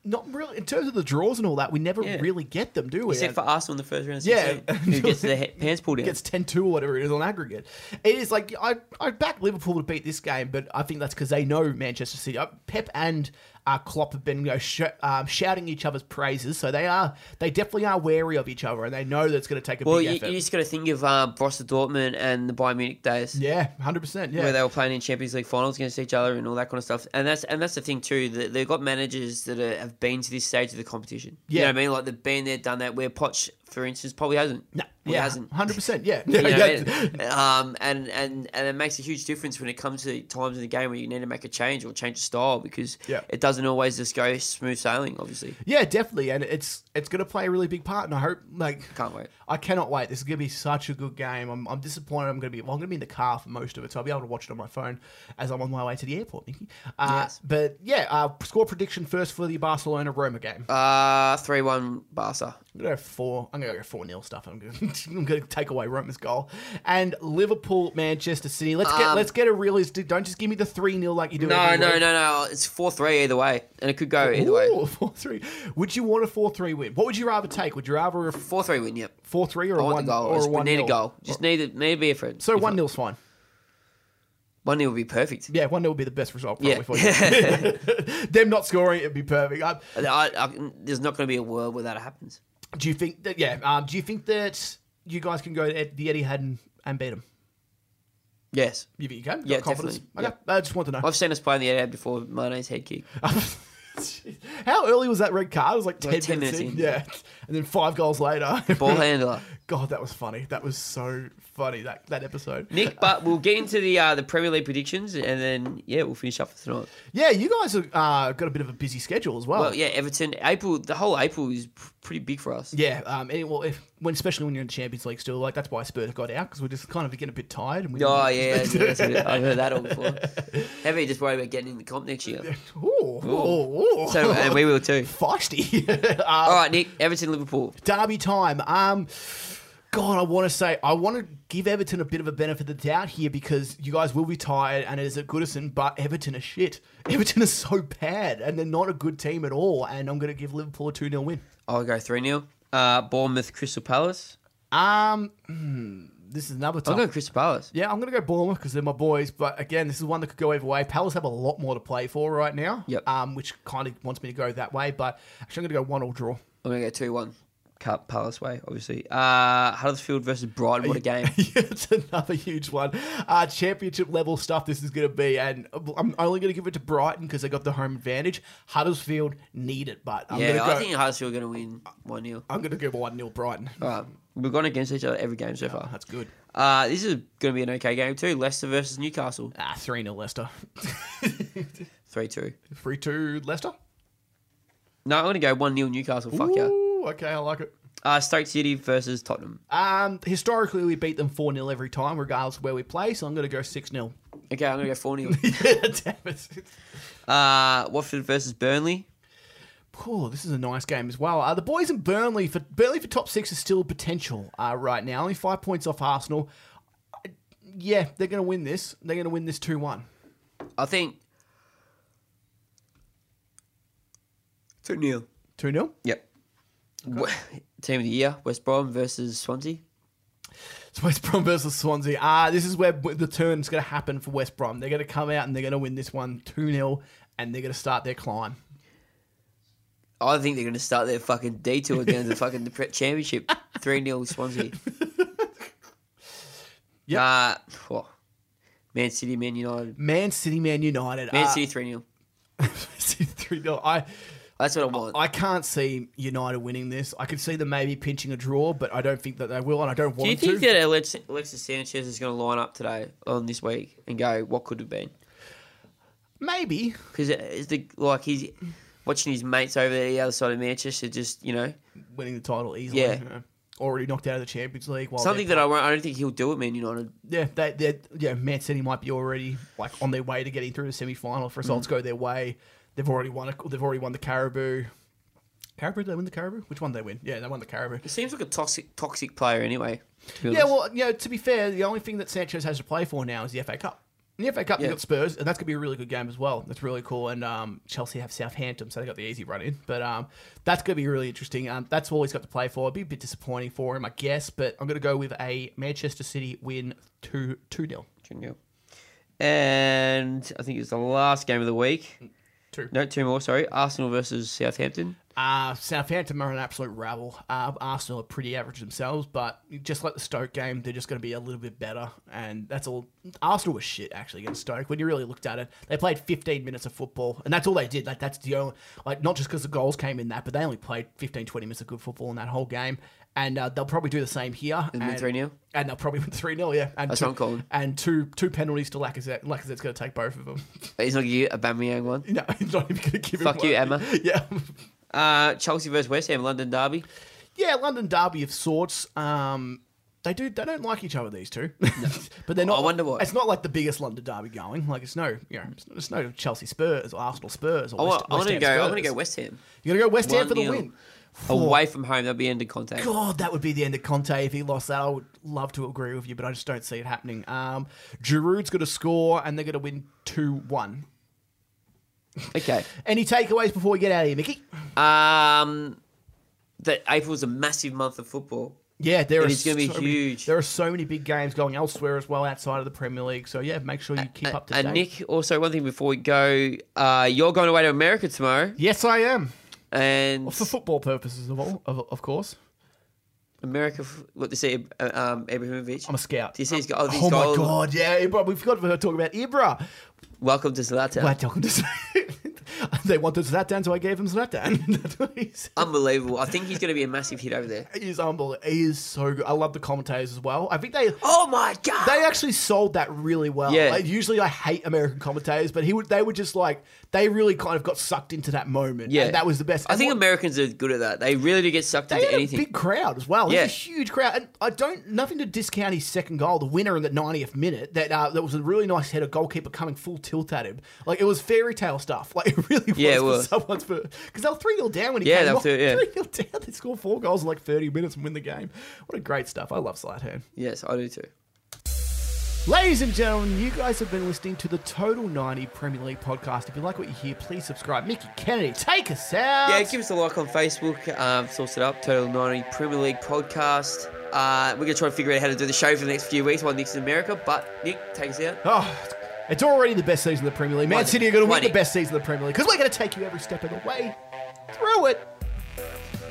Speaker 1: not really. In terms of the draws and all that, we never
Speaker 2: Yeah.
Speaker 1: really get them, do we?
Speaker 2: except for Arsenal in the first round. Of
Speaker 1: Yeah.
Speaker 2: 16, who
Speaker 1: [LAUGHS]
Speaker 2: gets their he- pants pulled down?
Speaker 1: gets 10-2 or whatever it is on aggregate. It is like I I back Liverpool to beat this game, but I think that's because they know Manchester City. Uh, Pep and uh, Klopp have been you know, sh- um, shouting each other's praises, so they are they definitely are wary of each other, and they know that's going to take a
Speaker 2: well,
Speaker 1: big
Speaker 2: you,
Speaker 1: effort.
Speaker 2: you just got to think of uh, Borussia Dortmund and the Bayern Munich days.
Speaker 1: yeah, hundred percent. Yeah,
Speaker 2: where they were playing in Champions League finals against each other and all that kind of stuff. And that's and that's the thing too. That they've got managers that are, have been to this stage of the competition.
Speaker 1: Yeah.
Speaker 2: You know what I mean? Like they've been there, done that. Where Poch, for instance, probably hasn't.
Speaker 1: no, yeah,
Speaker 2: Well,
Speaker 1: [LAUGHS]
Speaker 2: he hasn't.
Speaker 1: hundred percent.
Speaker 2: [LAUGHS]
Speaker 1: Yeah,
Speaker 2: You know what I
Speaker 1: [LAUGHS] yeah.
Speaker 2: mean? um, and, and and it makes a huge difference when it comes to times in the game where you need to make a change or change a style because
Speaker 1: Yeah.
Speaker 2: it doesn't always just go smooth sailing. Obviously,
Speaker 1: Yeah, definitely, and it's it's going to play a really big part, and I hope like
Speaker 2: can't wait.
Speaker 1: I cannot wait. This is going to be such a good game. I'm, I'm disappointed. I'm going to be well, I'm going to be in the car for most of it, so I'll be able to watch it on my phone as I'm on my way to the airport. Nikki. Uh,
Speaker 2: Yes.
Speaker 1: But yeah, uh, score prediction first for the Barcelona Roma game.
Speaker 2: Uh three one Barca.
Speaker 1: I'm going to go four. I'm going to go four nil stuff. I'm going, to, [LAUGHS] I'm going to take away Roma's goal and Liverpool Manchester City. Let's get
Speaker 2: Um,
Speaker 1: let's get a realistic. Don't just give me the three 0 like you do.
Speaker 2: No,
Speaker 1: every
Speaker 2: no, no,
Speaker 1: week.
Speaker 2: no. It's four three either way, and it could go either way.
Speaker 1: Ooh, [LAUGHS] four three. Would you want a four three win? What would you rather take? Would you rather a
Speaker 2: Four three win. Yep.
Speaker 1: four three or
Speaker 2: I
Speaker 1: a
Speaker 2: want
Speaker 1: one
Speaker 2: the goal. I
Speaker 1: or a
Speaker 2: just
Speaker 1: one
Speaker 2: need a
Speaker 1: nil?
Speaker 2: goal. Just need a, need to be a friend.
Speaker 1: So
Speaker 2: If
Speaker 1: one
Speaker 2: not-
Speaker 1: nil's fine.
Speaker 2: One nil would be perfect.
Speaker 1: Yeah, one 0 would be the best result probably
Speaker 2: Yeah.
Speaker 1: for
Speaker 2: [LAUGHS]
Speaker 1: you. [LAUGHS] Them not scoring it'd be perfect. Um,
Speaker 2: I, I, there's not going to be a world where that happens.
Speaker 1: do you think that? Yeah. Um, do you think that you guys can go to Ed- the Etihad and, and beat them?
Speaker 2: Yes,
Speaker 1: You think you can? You
Speaker 2: Yeah,
Speaker 1: got confidence.
Speaker 2: definitely.
Speaker 1: Okay. I just want to know.
Speaker 2: I've seen us play in the Etihad before. Mane's head kick.
Speaker 1: [LAUGHS] How early was that red card? It was like ten,
Speaker 2: Like 10
Speaker 1: minutes,
Speaker 2: minutes
Speaker 1: in.
Speaker 2: in.
Speaker 1: Yeah, and then five goals later.
Speaker 2: [LAUGHS] Ball handler.
Speaker 1: [LAUGHS] God, that was funny. That was so funny. That that episode.
Speaker 2: Nick, but we'll get into the uh, the Premier League predictions and then yeah, we'll finish up for tonight.
Speaker 1: Yeah, you guys have uh, got a bit of a busy schedule as well.
Speaker 2: Well, yeah, Everton, April, the whole April is p- pretty big for us.
Speaker 1: Yeah, um, and well, if, when especially when you're in Champions League still, like that's why Spurs got out because we're just kind of getting a bit tired. And we [LAUGHS]
Speaker 2: Oh yeah, that's good, that's good. I've heard that all [LAUGHS] before. Heavy just worried about getting in the comp next year.
Speaker 1: Ooh, ooh, ooh.
Speaker 2: So and we will [LAUGHS]
Speaker 1: [LAUGHS]
Speaker 2: too.
Speaker 1: feisty. [LAUGHS] Uh,
Speaker 2: All right, Nick, Everton, Liverpool.
Speaker 1: derby time. Um, God, I want to say I want to give Everton a bit of a benefit of the doubt here because you guys will be tired and it is at Goodison, but Everton are shit. [LAUGHS] Everton is so bad and they're not a good team at all. And I'm going to give Liverpool a 2 0 win.
Speaker 2: I'll go three 0 uh, Bournemouth, Crystal Palace.
Speaker 1: Um, hmm, this is another
Speaker 2: I'll
Speaker 1: tough.
Speaker 2: go Crystal Palace.
Speaker 1: yeah, I'm going to go Bournemouth because they're my boys. But again, this is one that could go either way. Palace have a lot more to play for right now,
Speaker 2: Yep.
Speaker 1: um, which kind of wants me to go that way. But actually, I'm going to go one all draw. [LAUGHS]
Speaker 2: I'm gonna go two one. Cup Palace way, obviously. Uh, Huddersfield versus Brighton. What a game!
Speaker 1: it's another huge one. Uh, championship level stuff this is going to be. And I'm only going to give it to Brighton because they got the home advantage. Huddersfield need it, but [LAUGHS] I'm
Speaker 2: yeah,
Speaker 1: going
Speaker 2: I
Speaker 1: to go.
Speaker 2: think Huddersfield are gonna win one 0
Speaker 1: I'm going to give 1 0 Brighton.
Speaker 2: All right, we've gone against each other every game so far.
Speaker 1: That's good.
Speaker 2: Uh, this is gonna be an okay game too. Leicester versus Newcastle.
Speaker 1: Ah, 3 0 [LAUGHS] Leicester.
Speaker 2: Three two.
Speaker 1: 3 2 Leicester?
Speaker 2: No, I'm gonna go one 0 Newcastle. Fuck yeah.
Speaker 1: Ooh, okay, I like it.
Speaker 2: Uh, Stoke City versus Tottenham.
Speaker 1: Um, historically, we beat them 4 0 every time, regardless of where we play, so I'm going to go 6 [LAUGHS] 0.
Speaker 2: Okay, I'm gonna go
Speaker 1: [LAUGHS]
Speaker 2: four 0
Speaker 1: Damn it.
Speaker 2: Uh, Watford versus Burnley.
Speaker 1: Cool. This is a nice game as well. Uh, the boys in Burnley for Burnley for top six is still potential uh, right now. Only five points off Arsenal. I- Yeah, they're going to win this. They're going to win this two one.
Speaker 2: I think two 0
Speaker 1: Two 0
Speaker 2: [LAUGHS] Yep. Wh- Team of the year: West Brom versus Swansea.
Speaker 1: It's West Brom versus Swansea. Ah, this is where the turn's going to happen for West Brom. They're going to come out and they're going to win this one 2 0, and they're going to start their climb.
Speaker 2: I think they're going to start their fucking detour down to fucking the pre-
Speaker 1: [LAUGHS]
Speaker 2: championship. 3 0 Swansea.
Speaker 1: Yep.
Speaker 2: Uh, phew. Man City, Man United.
Speaker 1: Man City, Man United.
Speaker 2: Man
Speaker 1: ah, [LAUGHS]
Speaker 2: City 3 0.
Speaker 1: City 3 0. I,
Speaker 2: That's what I want.
Speaker 1: I can't see United winning this. I could see them maybe pinching a draw, but I don't think that they will, and I don't want
Speaker 2: Do you
Speaker 1: them
Speaker 2: think
Speaker 1: to.
Speaker 2: that Alex- Alexis Sanchez is going to line up today on this week and go, what could have been?
Speaker 1: maybe.
Speaker 2: Because is the like he's watching his mates over there, the other side of Manchester, just you know
Speaker 1: winning the title easily.
Speaker 2: Yeah.
Speaker 1: you know. Already knocked out of the Champions League. While
Speaker 2: something that I won't, I don't think he'll do it, Man United.
Speaker 1: yeah, they, they're, yeah, Man City might be already like on their way to getting through the semi-final. If results
Speaker 2: Mm.
Speaker 1: go their way, they've already won. A, they've already won the Caribou. Caribou? Did they win the Caribou? Which one did they win? Yeah, they won the Caribou.
Speaker 2: He seems like a toxic toxic player anyway. to be
Speaker 1: Yeah,
Speaker 2: honest.
Speaker 1: well, you know, to be fair, the only thing that Sanchez has to play for now is the FA Cup. In the FA Cup,
Speaker 2: Yeah.
Speaker 1: they got Spurs, and that's going to be a really good game as well. That's really cool. And um, Chelsea have Southampton, so they got the easy run in. But um, that's going to be really interesting. Um, that's all he's got to play for. It'd be a bit disappointing for him, I guess, but I'm going to go with a Manchester City win 2 2 0.
Speaker 2: Junior. and I think it's the last game of the week.
Speaker 1: Mm, Two.
Speaker 2: No, two more. Sorry, Arsenal versus Southampton.
Speaker 1: Uh, Southampton are an absolute rabble. Uh, Arsenal are pretty average themselves, but just like the Stoke game, they're just going to be a little bit better. And that's all. Arsenal was shit actually against Stoke. When you really looked at it, they played 15 minutes of football, and that's all they did. Like that's the only like not just because the goals came in that, but they only played 15, 20 minutes of good football in that whole game. And uh, they'll probably do the same here.
Speaker 2: And win 3-0?
Speaker 1: And they'll probably [LAUGHS] win three 0 Yeah. And
Speaker 2: That's
Speaker 1: two,
Speaker 2: what I'm calling.
Speaker 1: And two two penalties to Lacazette. Lacazette's going to take both of them. [LAUGHS]
Speaker 2: He's not you, a Bamiyang one.
Speaker 1: no, he's not even going to give him.
Speaker 2: Fuck you,
Speaker 1: one.
Speaker 2: Emma.
Speaker 1: [LAUGHS] Yeah.
Speaker 2: Uh, Chelsea versus West Ham, London derby.
Speaker 1: yeah, London derby of sorts. Um, they do. They don't like each other. These two, [LAUGHS] but they're not.
Speaker 2: Oh, I wonder why.
Speaker 1: It's not like the biggest London derby going. Like it's no, you know, it's, it's no Chelsea Spurs or Arsenal Spurs. Or
Speaker 2: I
Speaker 1: West,
Speaker 2: want, I want
Speaker 1: West
Speaker 2: to
Speaker 1: Ham
Speaker 2: go.
Speaker 1: Spurs.
Speaker 2: I'm going to go West Ham
Speaker 1: You're gonna go West Ham for the
Speaker 2: 1-0.
Speaker 1: win.
Speaker 2: away from home. They'll be end of contact.
Speaker 1: God, that would be the end of Conte if he lost that. I would love to agree with you, but I just don't see it happening. Um, Giroud's going to score, and they're going to win two one.
Speaker 2: Okay.
Speaker 1: Any takeaways before we get out of here, Mickey?
Speaker 2: Um, that April's a massive month of football.
Speaker 1: Yeah, there
Speaker 2: It
Speaker 1: are
Speaker 2: is gonna be
Speaker 1: so many-
Speaker 2: huge.
Speaker 1: there are so many big games going elsewhere as well outside of the Premier League. So yeah, make sure you keep
Speaker 2: A-
Speaker 1: up to
Speaker 2: and
Speaker 1: date.
Speaker 2: Nick, also one thing before we go, uh, you're going away to America tomorrow,
Speaker 1: Yes, I am.
Speaker 2: and
Speaker 1: For football purposes, of all, of, of course.
Speaker 2: America, f- what to see, uh, um, Abramovich.
Speaker 1: I'm a scout.
Speaker 2: Do you see he's got all these
Speaker 1: oh
Speaker 2: goals?
Speaker 1: my god, yeah, Ibra. We forgot to talk about Ibra.
Speaker 2: Welcome to Zlatan.
Speaker 1: Well, welcome to. [LAUGHS] they wanted Zlatan, so I gave him Zlatan. [LAUGHS] That's what he said.
Speaker 2: Unbelievable. I think he's going to be a massive hit
Speaker 1: [LAUGHS]
Speaker 2: over there.
Speaker 1: He is unbelievable. He is so good. I love the commentators as well. I think they.
Speaker 2: Oh my god!
Speaker 1: They actually sold that really well.
Speaker 2: Yeah.
Speaker 1: Like, usually I hate American commentators, but he would they were just like they really kind of got sucked into that moment.
Speaker 2: Yeah.
Speaker 1: and that was the best.
Speaker 2: I
Speaker 1: And
Speaker 2: think
Speaker 1: what-
Speaker 2: Americans are good at that. They really do get sucked
Speaker 1: They
Speaker 2: into
Speaker 1: had
Speaker 2: anything.
Speaker 1: a big crowd as well. It
Speaker 2: Yeah.
Speaker 1: was a huge crowd, and I don't nothing to discount his second goal, the winner in the 90th minute. That uh, that was a really nice header, goalkeeper coming full tilt at him. Like it was fairy tale stuff. [LAUGHS] Like it really was.
Speaker 2: Yeah, it
Speaker 1: for
Speaker 2: was.
Speaker 1: Someone's for because they were three 0 down when he
Speaker 2: Yeah,
Speaker 1: came
Speaker 2: they were
Speaker 1: on.
Speaker 2: three- yeah.
Speaker 1: Three 0 down. They score four goals in like 30 minutes and win the game. What a great stuff. I love Slatan.
Speaker 2: yes, I do too.
Speaker 1: Ladies and gentlemen, you guys have been listening to the Total 90 Premier League podcast. If you like what you hear, please subscribe. Mickey Kennedy, take us out.
Speaker 2: Yeah, give us a like on Facebook. Um, source it up. Total 90 Premier League podcast. Uh, we're going to try and figure out how to do the show for the next few weeks while Nick's in America. But Nick, take us out.
Speaker 1: Oh, it's already the best season of the Premier League. Man
Speaker 2: Money.
Speaker 1: City are going to win
Speaker 2: Money.
Speaker 1: the best season of the Premier League because we're going to take you every step of the way through it.